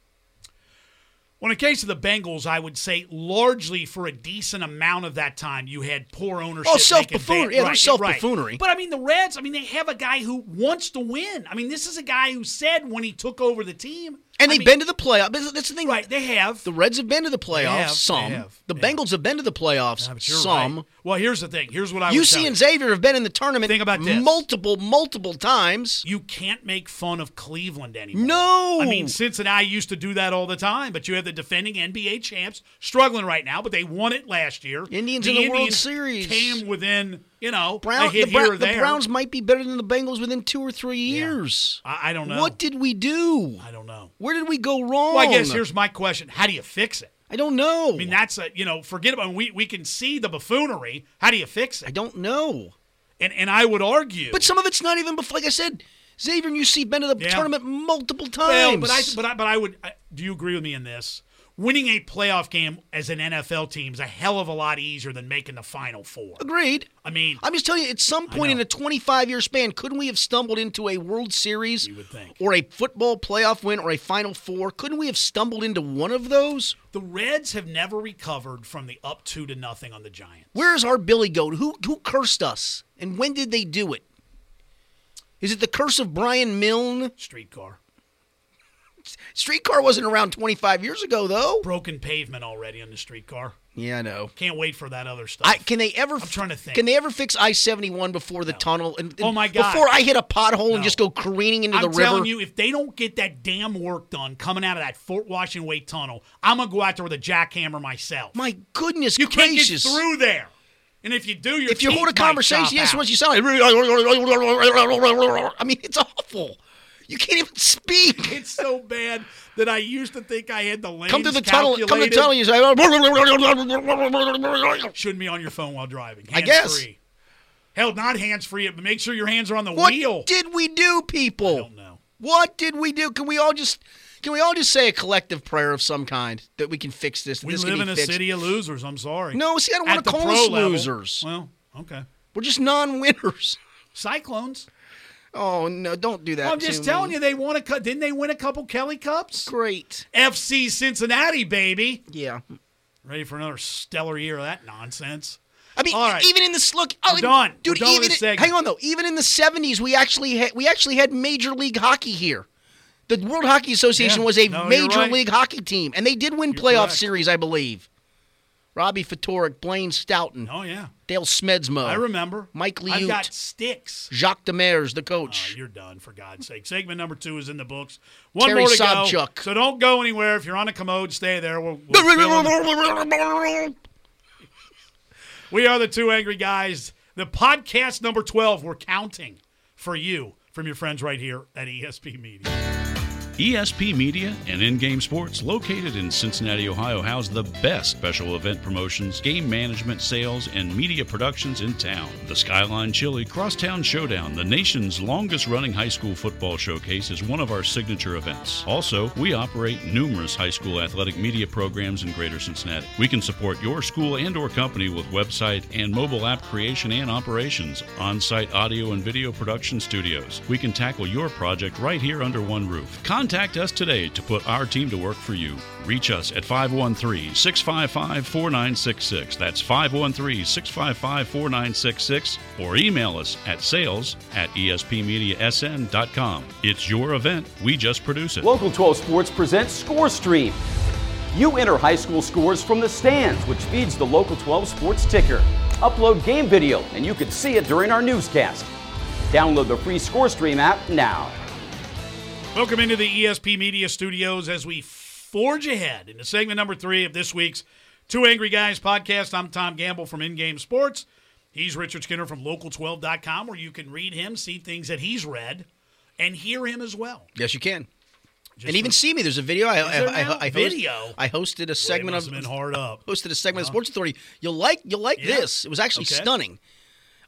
A: Well, in the case of the Bengals, I would say largely for a decent amount of that time, you had poor ownership.
B: Oh,
A: making
B: self-buffoonery.
A: bad-
B: Yeah, they're
A: right,
B: self-buffoonery.
A: Right. But I mean, the Reds. I mean, they have a guy who wants to win. I mean, this is a guy who said when he took over the team.
B: And
A: I
B: they've
A: mean,
B: been to the playoffs. That's that's the thing.
A: right. They have
B: The Reds have been to the playoffs
A: have, they
B: some.
A: have,
B: The
A: yeah.
B: Bengals have been to the playoffs
A: Yeah, but you're
B: some.
A: right. Well, here's the thing. Here's what I would tell
B: UC and Xavier have been in the tournament
A: Think about this.
B: multiple, multiple times.
A: you can't make fun of Cleveland anymore.
B: No!
A: I mean, Cincinnati used to do that all the time, but you have the defending NBA champs struggling right now, but they won it last year.
B: Indians
A: the
B: in the World
A: Indians
B: Series.
A: came within, you know,
B: Brown,
A: a hit
B: the,
A: here
B: Brown-
A: or
B: the
A: there.
B: Browns might be better than the Bengals within two or three years.
A: I, I don't know.
B: What did we do?
A: I don't know.
B: Where did we go wrong?
A: Well, I guess here's my question: How do you fix it?
B: I don't know. I,
A: I mean, that's a you know, forget about we we can see the buffoonery. How do you fix it?
B: don't know.
A: And and I would argue,
B: But some of it's not even before. Like I said, Xavier and UC been to the
A: Yeah.
B: tournament multiple times.
A: Well, but I, but I, but I would. I, do you agree with me in this? winning a playoff game as an NFL team is a hell of a lot easier than making the Final Four.
B: Agreed.
A: I mean,
B: I'm just telling you, at some point in a 25 year span, couldn't we have stumbled into a World Series
A: would think.
B: or a football playoff win or a Final Four? Couldn't we have stumbled into one of those?
A: the Reds have never recovered from the up two to nothing on the Giants.
B: Where's our Billy Goat? Who who cursed us? And when did they do it? Is it the curse of Brian Milne?
A: Streetcar.
B: Streetcar wasn't around 25 years ago, though.
A: Broken pavement already on the streetcar.
B: Yeah, I know.
A: Can't wait for that other stuff.
B: I, can they ever? I'm
A: trying to think.
B: Can they ever fix I seventy one before the tunnel? And, and
A: Oh, my God.
B: Before I hit a pothole
A: No.
B: and just go careening into
A: I'm
B: the
A: telling
B: river.
A: you, if they don't get that damn work done coming out of that Fort Washington Way tunnel, I'm gonna go out there with a jackhammer myself.
B: my goodness
A: you can't
B: gracious!
A: get through there. And if you do, your
B: if you
A: teeth
B: hold a
A: might
B: conversation,
A: drop
B: yes,
A: out.
B: what you sound like. I mean, it's awful. You can't even speak.
A: It's so bad that I used to think I had the lanes
B: Come to the tunnel. Come to
A: calculated.
B: the tunnel. You say.
A: Shouldn't be on your phone while driving.
B: I guess.
A: Hands-free. Hell, not hands free. But make sure your hands are on the
B: What
A: wheel.
B: did we do, people?
A: I don't know.
B: What did we do? Can we all just can we all just say a collective prayer of some kind that we can fix this? that
A: We
B: this
A: live
B: can be
A: in a
B: fixed?
A: city of losers. I'm sorry.
B: No, see, I don't wanna
A: At the
B: call
A: pro
B: us
A: level-
B: losers.
A: Well, okay.
B: We're just non-winners.
A: Cyclones.
B: Oh no! Don't do that.
A: I'm just telling you, they won a. cu- Didn't they win a couple Kelly Cups?
B: Great.
A: FC Cincinnati, baby.
B: Yeah.
A: Ready for another stellar year of that nonsense.
B: I mean,
A: All right.
B: even in this look, oh,
A: We're done. We're
B: dude.
A: done with
B: even
A: this
B: in-
A: segment.
B: hang on though. Even in the '70s, we actually had we actually had Major League Hockey here. The World Hockey Association
A: Yeah.
B: was a
A: No, you're
B: Major
A: right.
B: League Hockey team, and they did win
A: You're
B: playoff
A: correct.
B: series, I believe. Robbie Fatorik, Blaine Stoughton,
A: Oh yeah,
B: Dale Smedzmo.
A: I remember.
B: Oh. Mike
A: I've
B: Liute.
A: got sticks.
B: Jacques Demers, the
A: Oh,
B: coach.
A: you're done for God's sake. Segment number two is in the books. One
B: Terry
A: more to
B: Sobchak.
A: go. So don't go anywhere. If you're on a commode, stay there. We'll, we'll fill in- We are the two angry guys. The podcast number 12, we're counting for you from your friends right here at ESP Media.
E: ESP E Media and In Game Sports, located in Cincinnati, Ohio, house the best special event promotions, game management, sales, and media productions in town. The Skyline Chili Crosstown Showdown, the nation's longest running high school football showcase, is one of our signature events. Also, we operate numerous high school athletic media programs in Greater Cincinnati. We can support your school and or company with website and mobile app creation and operations, on-site audio and video production studios. We can tackle your project right here under one roof. Contact us today to put our team to work for you. Reach us at 513-655-4966. That's 513-655-4966 or email us at sales at E espmediasn.com. It's your event. We just produce it.
F: Local 12 Sports presents ScoreStream. You enter high school scores from the stands, which feeds the Local 12 Sports ticker. Upload game video, and you can see it during our newscast. Download the free ScoreStream app now.
A: Welcome into the ESP Media Studios as we forge ahead into segment number three of this week's Two Angry Guys podcast. I'm Tom Gamble from In Game Sports. He's Richard Skinner from Local12.com, where you can read him, see things that he's read, and hear him as well.
B: Yes, you can.
A: Just
B: and even
A: for-
B: see me. There's a video. I,
A: there
B: I, I,
A: now?
B: I host-
A: Video?
B: I hosted
A: Boy,
B: a
A: they
B: segment
A: must
B: of
A: have been hard up.
B: hosted a segment of Sports Authority. You'll like you'll like
A: Yeah.
B: this. It was actually
A: Okay.
B: stunning.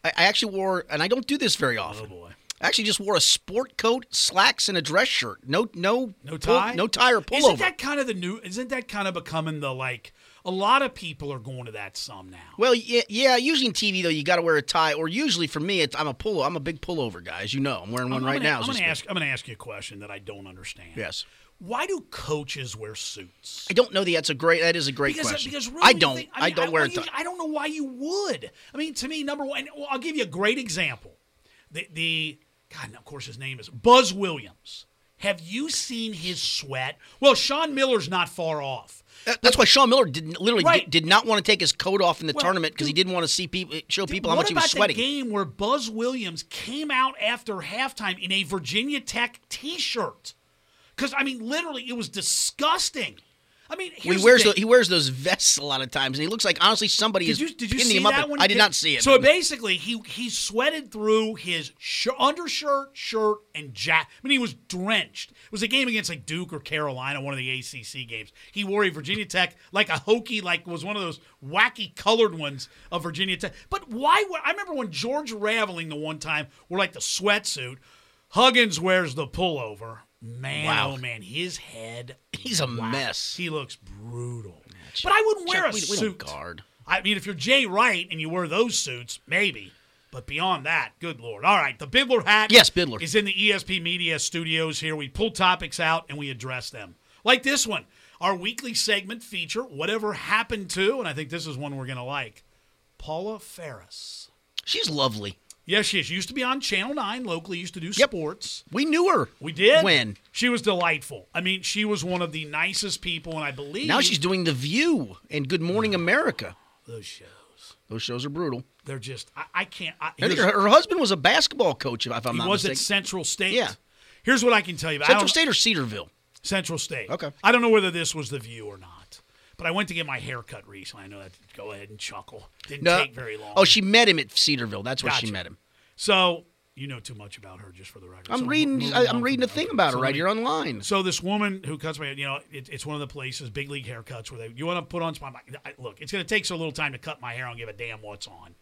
B: I, I actually wore, and I don't do this very often. Oh boy. I actually just wore a sport coat, slacks, and a dress shirt. No, no,
A: No
B: pull-
A: tie,
B: no tie or pullover.
A: Isn't that kind of the new? Isn't that kind of becoming the like? A lot of people are going to that some now.
B: Well, yeah, yeah. Usually in TV though, you got to wear a tie, or usually for me, it's, I'm a pull. I'm a big pullover guy, as you know. I'm wearing one
A: I'm
B: right
A: gonna,
B: now.
A: I'm
B: as we
A: going to
B: speak.
A: ask. I'm going to ask you a question that I don't understand.
B: Yes.
A: Why do coaches wear suits?
B: I don't know that. That's a great. That is a great
A: Because, uh,
B: question.
A: because really
B: I
A: you
B: don't.
A: think-
B: I,
A: mean,
B: don't wear a
A: why you-
B: tie.
A: I don't know why you would. I mean, to me, number one, and, well, I'll give you a great example. The, the God, and of course, his name is Buzz Williams. Have you seen his sweat? Well, Sean Miller's not far off.
B: That- That's why Sean Miller did literally
A: Right.
B: did, did not want to take his coat off in the
A: Well,
B: tournament because he
A: dude,
B: didn't want to see people show
A: Dude,
B: people how much he was
A: What about
B: sweating.
A: the game where Buzz Williams came out after halftime in a Virginia Tech T-shirt? Because I mean, literally, it was disgusting. I mean,
B: Well,
A: here's
B: he wears
A: the
B: the,
A: thing.
B: he wears those vests a lot of times, and he looks like honestly somebody
A: Did
B: is
A: you did you
B: pinning
A: see
B: him up.
A: that
B: and-
A: one?
B: I did not see it.
A: So basically, he he sweated through his sh- undershirt, shirt, and jacket. I mean, he was drenched. It was a game against like Duke or Carolina, one of the ACC games. He wore a Virginia Tech like a hokey, like was one of those wacky colored ones of Virginia Tech. But why? would I remember when George Raveling the one time wore like the sweatsuit. Huggins wears the pullover. Man,
B: Wow.
A: oh man, his head.
B: He's a
A: wow.
B: mess.
A: He looks brutal. but I wouldn't wear
B: Chuck,
A: a
B: we- we don't
A: suit.
B: guard.
A: I mean, if you're Jay Wright and you wear those suits, maybe. But beyond that, good lord. All right, the Bidler hat.
B: Yes, Bidler.
A: is in the ESP Media studios. Here we pull topics out and we address them, like this one, our weekly segment feature, whatever happened to, and I think this is one we're gonna like, Paula Ferris.
B: She's lovely.
A: Yes, she is. She used to be on Channel Nine locally. Used to do
B: Yep.
A: sports.
B: We knew her.
A: We did.
B: When?
A: She was delightful. I mean, she was one of the nicest people, and I believe
B: Now she's doing The View and Good Morning America.
A: those shows.
B: Those shows are brutal.
A: They're just I, I can't. I,
B: I think
A: here's-
B: her, her husband was a basketball coach, if I'm
A: he
B: not
A: was at
B: mistaken.
A: Central State.
B: Yeah.
A: Here's what I can tell you about I
B: Central
A: don't-
B: State or Cedarville?
A: Central State.
B: Okay.
A: I don't know whether this was the view or not, but I went to get my hair cut recently. I know that. Go ahead and chuckle. Didn't take very long.
B: Oh, she met him at Cedarville. That's where she
A: Gotcha.
B: met him.
A: So you know too much about her, just for the record.
B: I'm
A: So we'll
B: reading.
A: move
B: I,
A: on
B: I'm
A: from
B: reading a
A: that.
B: thing about
A: So
B: her
A: let
B: right
A: me-
B: here online.
A: So this woman who cuts my hair, you know, it, it's one of the places, big league haircuts, where they you want to put on. I'm like, I- look, it's going to take so little time to cut my hair. I don't give a damn what's on.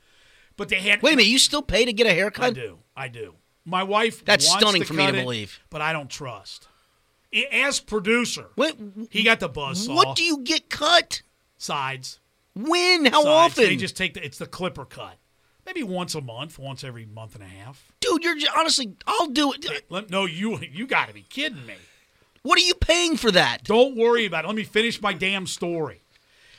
A: But they had
B: Wait a minute. You still pay to get a
A: I
B: haircut?
A: do. I do. My wife.
B: That's
A: wants
B: stunning
A: to
B: for me
A: cut
B: to
A: it,
B: believe.
A: but I don't trust. I- As producer,
B: What?
A: he got the buzz saw.
B: What do you get cut?
A: sides?
B: When? How
A: sides.
B: often?
A: They just take the. It's the clipper cut. Maybe once a month, once every month and a half.
B: Dude, you're just, honestly. I'll do it.
A: Let, no, you you got to be kidding me.
B: What are you paying for that?
A: Don't worry about it. Let me finish my damn story.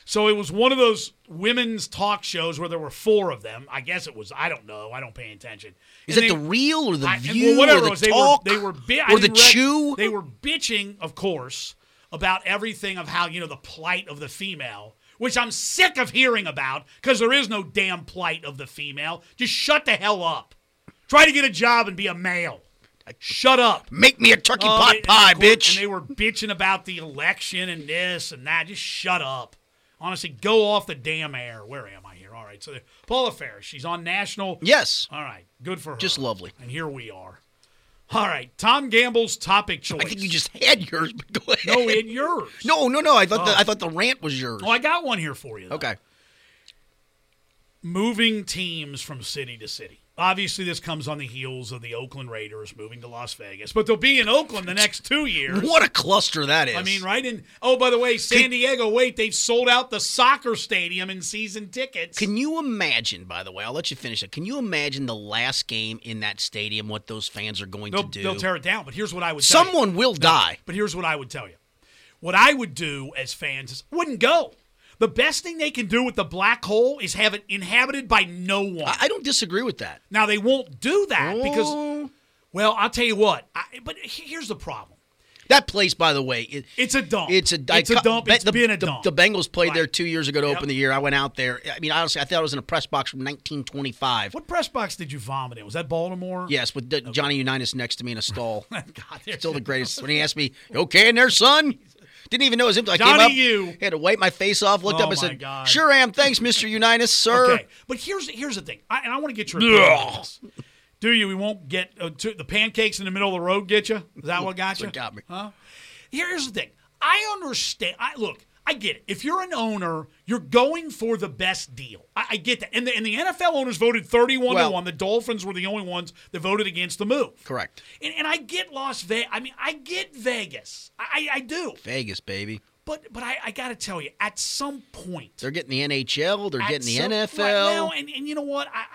A: So it was one of those women's talk shows where there were four of them. I guess it was. I don't know. I don't pay attention.
B: Is
A: And
B: it
A: they-
B: the real or the
A: I- and-
B: view
A: well, whatever
B: or
A: it
B: the
A: was, they
B: talk
A: were they were bi- I
B: or the
A: didn't rec-
B: chew?
A: They were bitching, of course, about everything of how you know the plight of the female, which I'm sick of hearing about because there is no damn plight of the female. Just shut the hell up. Try to get a job and be a male. Shut up.
B: Make me a turkey
A: Oh,
B: pot
A: they-
B: pie,
A: and they-
B: bitch.
A: And they were bitching about the election and this and that. Just shut up. Honestly, go off the damn air. Where am I here? All right. So there- Paula Ferris, she's on national.
B: yes.
A: All right. Good for her.
B: Just lovely.
A: And here we are. All right. Tom Gamble's topic choice.
B: I think you just had yours, but go ahead.
A: No, in yours.
B: No, no, no. I thought the, I thought the rant was yours.
A: Oh, I got one here for you. though.
B: okay.
A: Moving teams from city to city. Obviously, this comes on the heels of the Oakland Raiders moving to Las Vegas, but they'll be in Oakland the next two years.
B: What a cluster that is.
A: I mean, right? And oh, by the way, San Diego. Wait, they've sold out the soccer stadium in season tickets.
B: Can you imagine, by the way, I'll let you finish it. Can you imagine the last game in that stadium, what those fans are going
A: they'll,
B: to do?
A: they'll tear it down. But here's what I would. tell you.
B: Someone will die.
A: But here's what I would tell you. What I would do as fans is wouldn't go. The best thing they can do with the black hole is have it inhabited by no one.
B: I, I don't disagree with that.
A: now they won't do that
B: Oh.
A: because, well, I'll tell you what. I, but he- here's the problem.
B: That place, by the way, it,
A: It's a dump.
B: It's a, I
A: It's a
B: ca-
A: dump.
B: Be-
A: It's
B: the,
A: been a
B: the-
A: dump.
B: The, Bengals played there
A: Right.
B: two years ago to
A: Yep.
B: open the year. I went out there. I mean, honestly, I thought I was in a press box from 1925.
A: What press box did you vomit in? Was that Baltimore?
B: Yes, with D- Johnny Unitas next to me in a stall.
A: God, there's-
B: Still the greatest. When he asked me, "You "Okay, in there, son," didn't even know it was him. till I came
A: Johnny
B: up,
A: U.
B: had to wipe my face off, looked
A: Oh
B: up, and
A: my
B: said,
A: God.
B: "Sure am, thanks, Mister Unitas, sir."
A: Okay, but here's here's the thing, I, and I want to get your opinion on this. Do you? We won't get uh, to, the pancakes in the middle of the road. Get you? Is that what got
B: That's
A: you?
B: what got me.
A: Huh? Here's the thing. I understand. I look. I get it. If you're an owner, you're going for the best deal. I, I get that. And the, and the NFL owners voted 31
B: Well-
A: to 1. The Dolphins were the only ones that voted against the move.
B: Correct.
A: And, and I get Las Vegas. I mean, I get Vegas. I, I I do.
B: Vegas, baby.
A: But but I, I got to tell you, at some point,
B: They're getting the NHL. They're
A: at
B: getting the
A: some-
B: NFL.
A: Right now, and, and you know what? I,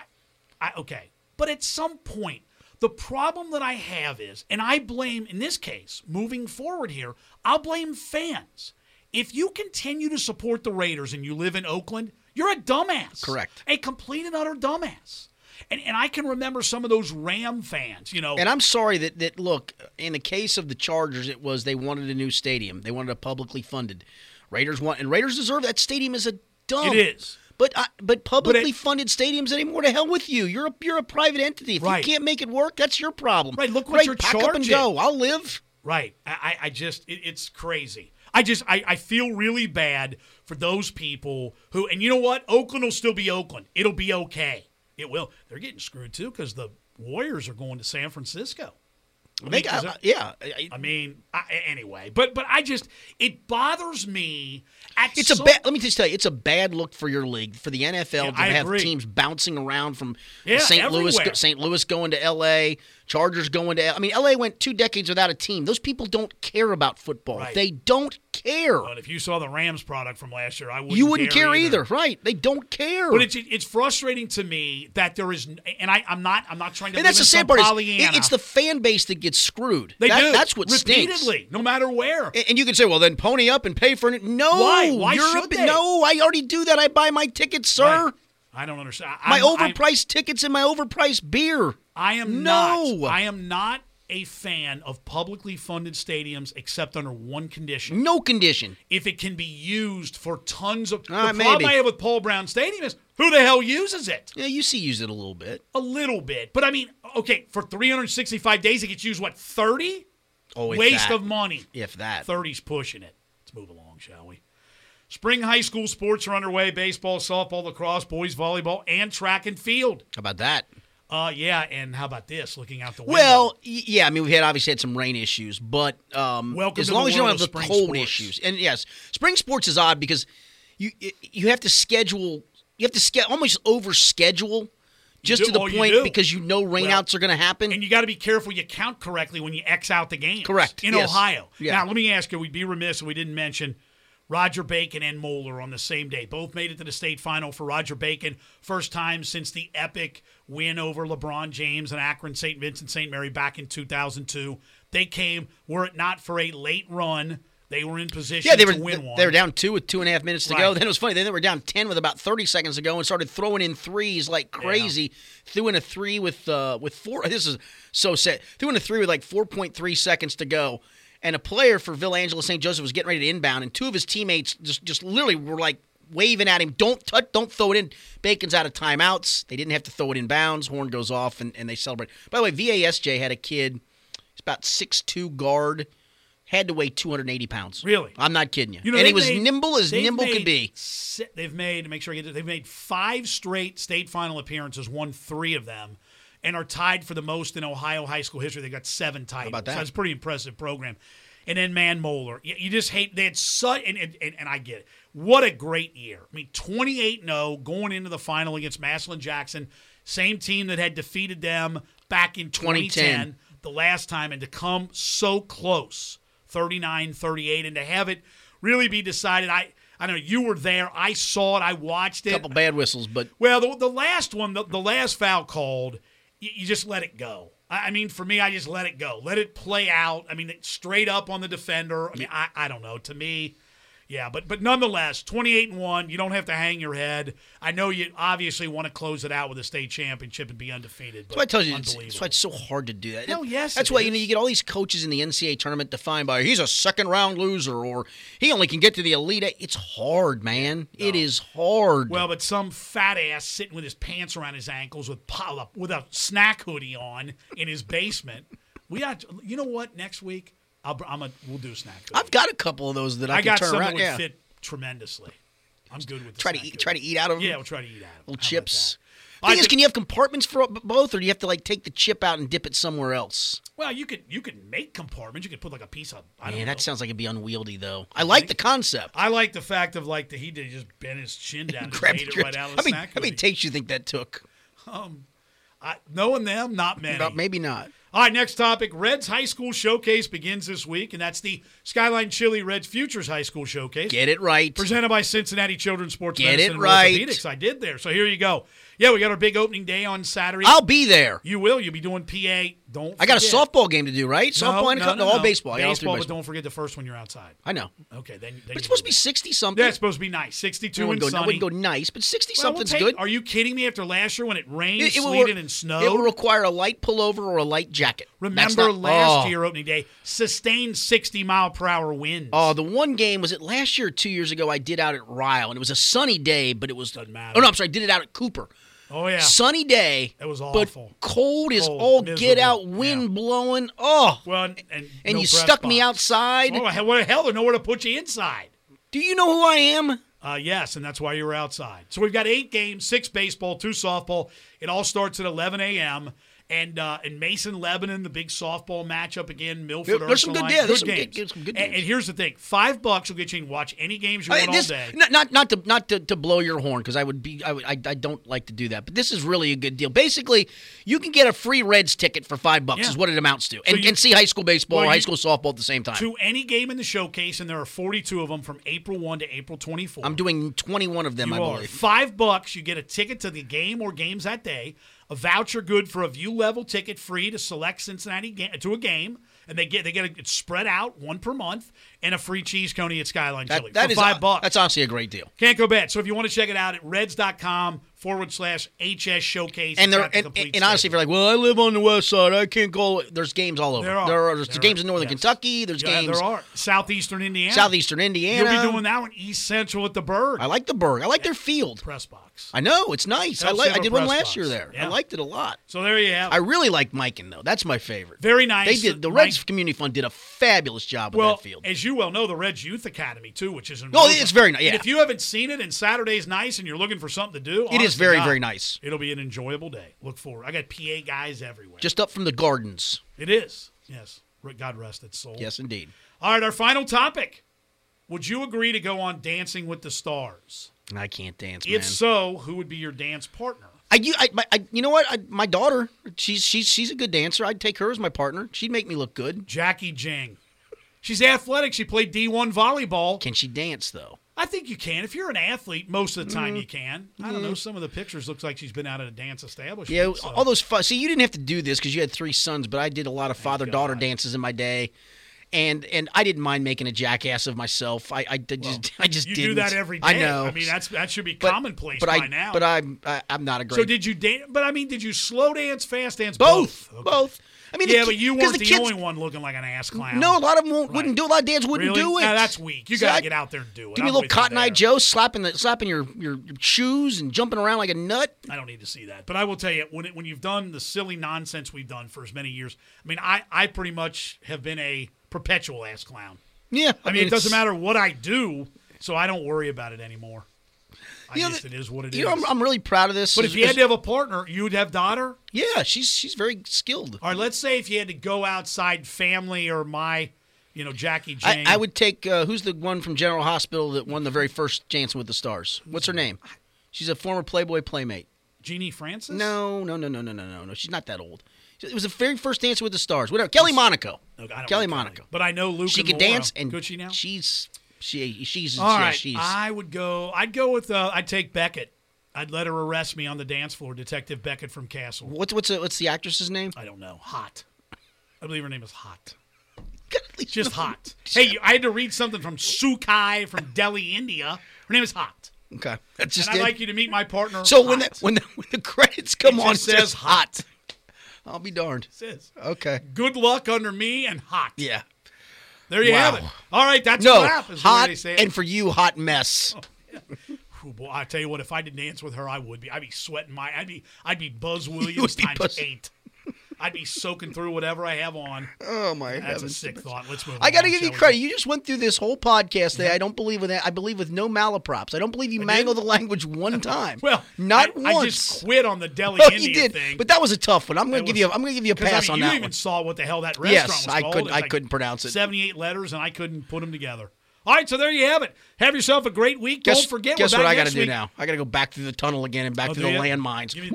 A: I, I- okay. But at some point, the problem that I have is, and I blame, in this case, moving forward here, I'll blame fans. If you continue to support the Raiders and you live in Oakland, you're a dumbass.
B: Correct.
A: A complete and utter dumbass. And, and I can remember some of those Ram fans, you know.
B: And I'm sorry that that look, in the case of the Chargers, it was they wanted a new stadium. They wanted a publicly funded. Raiders want and Raiders deserve that stadium is a dump.
A: It is.
B: But I, but publicly
A: But it-
B: funded stadiums anymore to hell with you. You're a you're a private entity. If
A: Right.
B: you can't make it work, that's your problem.
A: Right, look what
B: Great,
A: you're
B: pack up and
A: charging.
B: go. I'll live.
A: Right. I, I- I just, it, it's crazy. I just, I, I feel really bad for those people who, and you know what? Oakland will still be Oakland. It'll be okay. It will. They're getting screwed too because the Warriors are going to San Francisco. I
B: They
A: mean,
B: got-
A: 'cause it-
B: yeah. I-
A: I mean, I, anyway, but but I just it bothers me. At
B: It's
A: some-
B: a bad. Let me just tell you, it's a bad look for your league, for the NFL
A: Yeah,
B: to
A: I
B: have
A: agree.
B: teams bouncing around from
A: Yeah,
B: St. Louis,
A: everywhere.
B: St. Louis going to L.A., Chargers going to. I mean, LA went two decades without a team. Those people don't care about football.
A: Right.
B: They don't care.
A: But if you saw the Rams product from last year, I wouldn't.
B: you wouldn't care, either. right? They don't care.
A: But it's it's frustrating to me that there is, and I I'm not I'm not trying to.
B: and
A: live
B: that's the
A: in
B: sad
A: some
B: part. Is it-
A: Pollyanna.
B: it's the fan base that gets screwed.
A: they
B: That-
A: do
B: That's what
A: repeatedly,
B: stinks.
A: no matter where.
B: And- And you can say, well, then pony up and pay for it. No,
A: Why? Why
B: you're
A: should
B: up-
A: they?
B: No, I already do that. I buy my tickets, sir.
A: Right. I don't understand. I-
B: My
A: I'm- I'm-
B: overpriced tickets and my overpriced beer.
A: I am
B: No.
A: not. I am not a fan of publicly funded stadiums except under one condition.
B: No condition.
A: If it can be used for tons of
B: Mm. Ah,
A: the problem
B: maybe.
A: I have with Paul Brown Stadium is who the hell uses it?
B: Yeah, you see, use it a little bit.
A: A little bit. But I mean, okay, for 365 days it gets used what 30?
B: Oh, if
A: Waste
B: that.
A: of money.
B: If that.
A: 30's pushing it. Let's move along, shall we? Spring high school sports are underway baseball, softball, lacrosse, boys volleyball, and track and field.
B: How about that?
A: Uh, yeah, and how about this? Looking out the window.
B: Well, y- yeah, I mean, we've had obviously had some rain issues, but um,
A: Welcome
B: as
A: to
B: long
A: the
B: as you don't
A: world
B: have
A: of
B: the
A: spring
B: cold
A: sports.
B: issues, and yes, spring sports is odd because you y- you have to schedule, you have to ske- almost over schedule just
A: do-
B: to the
A: oh, you
B: point
A: do.
B: because you know rainouts
A: Well,
B: are going to happen.
A: And you got to be careful you count correctly when you X out the games.
B: Correct,
A: In
B: yes.
A: Ohio.
B: Yeah.
A: Now, let me ask you, we'd be remiss if we didn't mention Roger Bacon and Moeller on the same day. Both made it to the state final for Roger Bacon. First time since the epic win over LeBron James and Akron St. Vincent St. Mary back in 2002. They came, were it not for a late run, they were in position
B: yeah, they were
A: to win one.
B: they were down two with two and a half minutes to go.
A: Right.
B: Then it was funny. Then they were down ten with about thirty seconds to go and started throwing in threes like crazy. Threw in a three with uh, with four. This is so sad. Threw in a three with like four point three seconds to go, and a player for Villangelo St. Joseph was getting ready to inbound, and two of his teammates just just literally were like waving at him, "Don't touch, don't throw it in." Bacon's out of timeouts. They didn't have to throw it in bounds. Horn goes off, and, and they celebrate. By the way, VASJ had a kid. He's about six two guard. Had to weigh 280 pounds.
A: Really?
B: I'm not kidding you.
A: You know,
B: and he
A: they've
B: was
A: made-
B: nimble as
A: they've
B: nimble
A: made
B: could be.
A: si- They've made make sure I get this, they've made five straight state final appearances, won three of them, and are tied for the most in Ohio high school history. They got seven titles.
B: about
A: So
B: that?
A: that's a pretty impressive program. And then Man Moeller, you, you just hate they had such and, and and and I get it. What a great year! I mean, 28-0 going into the final against Maslin Jackson, same team that had defeated them back in 2010
B: 2010.
A: the last time and to come so close 39 38 and to have it really be decided i i know you were there i saw it i watched it
B: couple bad whistles, but
A: well the, the last one the, the last foul called you, you just let it go I, I mean for me i just let it go let it play out i mean it, straight up on the defender i mean I, I don't know to me yeah, but but nonetheless, twenty eight and one. You don't have to hang your head. I know you obviously want to close it out with a state championship and be undefeated.
B: that's why I
A: but
B: tell you, it's, that's
A: unbelievable.
B: why it's so hard to do that.
A: Hell yes,
B: That's
A: it
B: why you know
A: is.
B: you get all these coaches in the NCAA tournament defined by he's a second round loser or he only can get to the elite. Eight." It's hard, man. It is hard.
A: Well, but some fat ass sitting with his pants around his ankles with pol- up with a snack hoodie on in his basement. We got you know what? Next week I'll, br- I'm a, we'll do a snack. Hoodie.
B: I've got a couple of those that I,
A: I
B: can
A: got
B: turn
A: something
B: around.
A: that would
B: yeah.
A: fit tremendously. I'm good with the
B: Try to
A: snack
B: eat- try
A: hoodie.
B: to eat out of 'em?
A: Yeah, we'll try to eat out of 'em. How
B: Little
A: about
B: chips.
A: that?
B: Thing
A: I
B: is,
A: think-
B: can you have compartments for b- both, or do you have to like take the chip out and dip it somewhere else?
A: Well, you could you could make compartments. You could put like a piece of. I don't
B: Man,
A: know.
B: that sounds like it'd be unwieldy though. I like the concept.
A: I like the fact of like that he did just bend his chin down and
B: Grab
A: ate it
B: your-
A: right out of the
B: how many,
A: snack
B: how many
A: hoodie.
B: takes you think that took?
A: I- knowing them, not many.
B: About maybe not.
A: All right, next topic. Reds High School Showcase begins this week, and that's the Skyline Chili Reds Futures High School Showcase.
B: Get it right.
A: Presented by Cincinnati Children's Sports
B: Get
A: Medicine
B: it
A: and
B: right.
A: Orthopedics. I did there. So here you go. Yeah, we got our big opening day on Saturday.
B: I'll be there.
A: you will. You'll be doing PA. Don't
B: I got
A: forget.
B: a softball game to do, right?
A: No,
B: Softball and a
A: no,
B: couple,
A: no,
B: no, all
A: no.
B: baseball. I got all three
A: Baseball, but
B: baseball.
A: don't forget the first one you're outside.
B: I know.
A: Okay, then, then
B: But it's supposed to be 60 something.
A: Yeah, it's supposed to be nice. 62
B: I
A: and
B: wouldn't go, I
A: sunny.
B: wouldn't go nice, but 60
A: Well, we'll
B: something's
A: take-
B: good.
A: Are you kidding me? After last year when it rained,
B: It- it will-
A: sleeted, and snowed,
B: It will require a light pullover or a light jacket. That's
A: Remember
B: not-
A: last
B: oh.
A: year opening day, sustained 60 mile per hour winds.
B: Oh, the one game was it last year or two years ago? I did out at Ryle, and it was a sunny day, but it was
A: Doesn't matter.
B: Oh no, I'm sorry, I did it out at Cooper.
A: Oh, yeah.
B: Sunny day.
A: It was awful.
B: But cold is
A: Cold,
B: all get
A: miserable.
B: out, wind
A: Yeah.
B: blowing. Oh,
A: well, and, and,
B: and
A: no
B: you
A: press
B: stuck me
A: box.
B: outside.
A: Oh, he- what the hell? There's nowhere to put you inside.
B: Do you know who I am?
A: Uh, yes, and that's why you were outside. So we've got eight games, six baseball, two softball. It all starts at 11 a.m. and uh, and Mason Lebanon, the big softball matchup again. Milford.
B: There- there's some good-
A: Ursuline.
B: yeah, there's some
A: games.
B: good- some good
A: And- And,
B: games.
A: here's the thing: five bucks will get you and watch any games you
B: I-
A: want
B: this-
A: all day.
B: not, not not to not to, to blow your horn because I would be I, would, I I don't like to do that, but this is really a good deal. Basically, you can get a free Reds ticket for five bucks
A: Yeah.
B: is what it amounts to, and,
A: you-
B: and see high school baseball
A: Well,
B: or high
A: you-
B: school softball at the same time.
A: to any game in the showcase, and there are 42 of them from April 1 to April 24.
B: I'm doing 21 of them,
A: You
B: I
A: are.
B: believe.
A: Five bucks, you get a ticket to the game or games that day, a voucher good for a view level ticket free to select Cincinnati ga- to a game, and they get they get a, it's spread out one per month, and a free cheese coney at Skyline
B: That,
A: Chili
B: that
A: for
B: is
A: five bucks.
B: That's honestly a great deal.
A: Can't go bad. So if you want to check it out at reds.com forward slash HS showcase.
B: And
A: It's
B: there
A: got the
B: and,
A: complete
B: and honestly, if
A: schedule.
B: you're like, well, I live on the west side, I can't go. There's games all over.
A: There are.
B: there's
A: There
B: games
A: are.
B: in northern
A: Yes.
B: Kentucky. There's
A: Yeah,
B: games
A: there are. Southeastern Indiana.
B: southeastern
A: You'll
B: Indiana.
A: be doing that one East Central at the Bird.
B: I like the Berg. I like their field.
A: press box.
B: I know it's nice. I
A: Helps
B: like.
A: have
B: I
A: a
B: did one
A: press
B: last
A: box.
B: year there.
A: Yeah.
B: I liked it a lot.
A: So there you have.
B: I
A: it.
B: really like Mikan though. That's my favorite.
A: Very nice.
B: They did. The
A: Mike-
B: Reds Community Fund did a fabulous job with
A: Well,
B: that field.
A: as you well know, the Reds Youth Academy too, which is in
B: No,
A: Roseburg.
B: it's very ni-
A: And
B: yeah.
A: if you haven't seen it, and Saturday's nice, and you're looking for something to do,
B: It
A: honest
B: is
A: to
B: very,
A: God,
B: very nice.
A: It'll be an enjoyable day. Look forward. I got PA guys everywhere.
B: Just up from the Gardens.
A: it is. Yes. R- God rest its soul.
B: Yes, indeed.
A: All right. Our final topic. Would you agree to go on Dancing with the Stars?
B: And I can't dance, man.
A: If so, who would be your dance partner?
B: I, you, I, my- I, you know what? I, my daughter, she's she's she's a good dancer. I'd take her as my partner. She'd make me look good.
A: Jackie Jing. She's athletic. She played D1 volleyball.
B: Can she dance though?
A: I think you can. If you're an athlete, most of the
B: Mm-hmm.
A: time you can. I don't know. Some of the pictures looks like she's been out at a dance establishment.
B: Yeah,
A: so-
B: all those. Fu- See, you didn't have to do this because you had three sons, but I did a lot of father daughter dances in my day, and and I didn't mind making a jackass of myself. I I did just I just
A: you
B: didn't.
A: do that every day.
B: I know.
A: I mean, that's that should be
B: But-
A: commonplace
B: but
A: by
B: I,
A: now.
B: But I'm I, I'm not a great.
A: so did you dance? But I mean, did you slow dance, fast dance,
B: both
A: both? Okay.
B: both. I mean,
A: yeah,
B: the,
A: but you
B: 'cause
A: weren't
B: the,
A: the,
B: kids,
A: only one looking like an ass clown.
B: No, a lot of them won't,
A: Right.
B: wouldn't do. it. A lot of dads wouldn't
A: Really?
B: do it.
A: Now, that's weak. You
B: See,
A: gotta
B: I-
A: get out there and do it.
B: Give me
A: I'm
B: a little
A: with you
B: Cotton Eye
A: there.
B: Joe slapping the slapping your, your shoes and jumping around like a nut.
A: I don't need to see that. But I will tell you, when it, when you've done the silly nonsense we've done for as many years, I mean, I I pretty much have been a perpetual ass clown.
B: Yeah,
A: I mean, it
B: it's-
A: doesn't matter what I do, so I don't worry about it anymore. I
B: You know,
A: just it is what it is.
B: You know, I'm, I'm really proud of this.
A: but if
B: It's-
A: you had to
B: it's-
A: have a partner, you would have daughter.
B: yeah, she's she's very skilled.
A: All right, let's say if you had to go outside family or my, you know, Jackie
B: I,
A: Jane.
B: I would take uh, who's the one from General Hospital that won the very first Dancing with the Stars? What's her name? She's a former Playboy playmate.
A: Jeannie Francis.
B: No, no, no, no, no, no, no, no. She's not that old. It was the very first Dancing with the Stars. Whatever. Kelly Monaco.
A: I don't
B: Kelly
A: know
B: Monaco.
A: But I know Luke.
B: she
A: and
B: can
A: Laura.
B: dance and
A: could she now?
B: She's she she's
A: All
B: yeah,
A: right,
B: she's
A: I would go. I'd go with. Uh, I'd take Beckett. I'd let her arrest me on the dance floor, Detective Beckett from Castle.
B: what's what's the, what's the actress's name?
A: I don't know. Hot. I believe her name is Hot.
B: God, at least
A: Just
B: no-
A: hot. Hey, I had to read something from Sukai from Delhi, India. Her name is Hot.
B: Okay, that's just
A: And I'd
B: it.
A: like you to meet my partner.
B: so when the,
A: Hot.
B: when the, when the credits come
A: It
B: on,
A: just
B: it
A: says hot.
B: I'll be darned.
A: says,
B: Okay.
A: good luck under me and Hot.
B: Yeah.
A: There you
B: Wow.
A: have it. All right, that's a
B: No,
A: wrap. Is the way
B: hot
A: they say it. Oh.
B: and for you, hot mess.
A: Ooh, boy, I tell you what, if I didn't dance with her, I would be. I'd be sweating my. I'd be. I'd be Buzz Williams
B: would be
A: times
B: Buzz-
A: eight. I'd be soaking through whatever I have on.
B: Oh my
A: That's a
B: heavens.
A: sick thought. Let's move.
B: I got to
A: on,
B: give you
A: shall we?
B: credit. You just went through this whole podcast today. I don't believe with that. I believe with no malaprops. I don't believe you mangled the language one time.
A: Well,
B: not
A: I,
B: once.
A: I just quit on the deli
B: Oh,
A: India
B: you did,
A: thing.
B: but that was a tough one. I'm going
A: It
B: to give
A: was-
B: you. i am I'm going to give you a
A: 'cause, I
B: pass
A: mean,
B: on
A: you
B: that
A: even
B: one.
A: saw what the hell that restaurant
B: Yes,
A: was
B: I
A: called.
B: couldn't-
A: It's
B: I couldn't pronounce it.
A: Seventy-eight letters, and I couldn't put them together. All right, so there you have it. Have yourself a great week.
B: Guess,
A: Don't forget.
B: guess
A: we're
B: what
A: back
B: I gotta
A: next
B: do
A: week.
B: now? I got to go back through the tunnel again and back
A: Oh,
B: through
A: do
B: the
A: ya?
B: landmines.
A: Give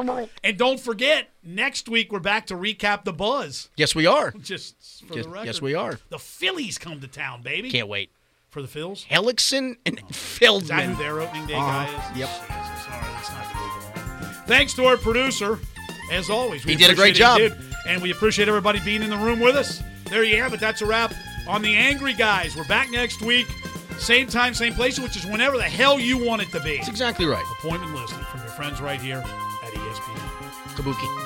A: me- and don't forget, next week we're back to recap the buzz.
B: Yes, we are.
A: Oh, Just for
B: Yes-
A: the record.
B: yes, we are.
A: The Phillies come to town, baby.
B: Can't wait.
A: For the Phils?
B: Hellickson and
A: Oh, Is that who
B: Feldman.
A: their opening day guy
B: Uh-huh.
A: is?
B: Yep.
A: Jesus. All right, let's not get moving on. Thanks to our producer, as always. We
B: He did a great
A: appreciate it. He
B: job.
A: did. and we appreciate everybody being in the room with us. There you have it. That's a wrap on The Angry Guys. We're back next week. Same time, same place, which is whenever the hell you want it to be.
B: That's exactly
A: E
B: right.
A: Appointment listed from your friends right here at ESPN.
B: Kabuki.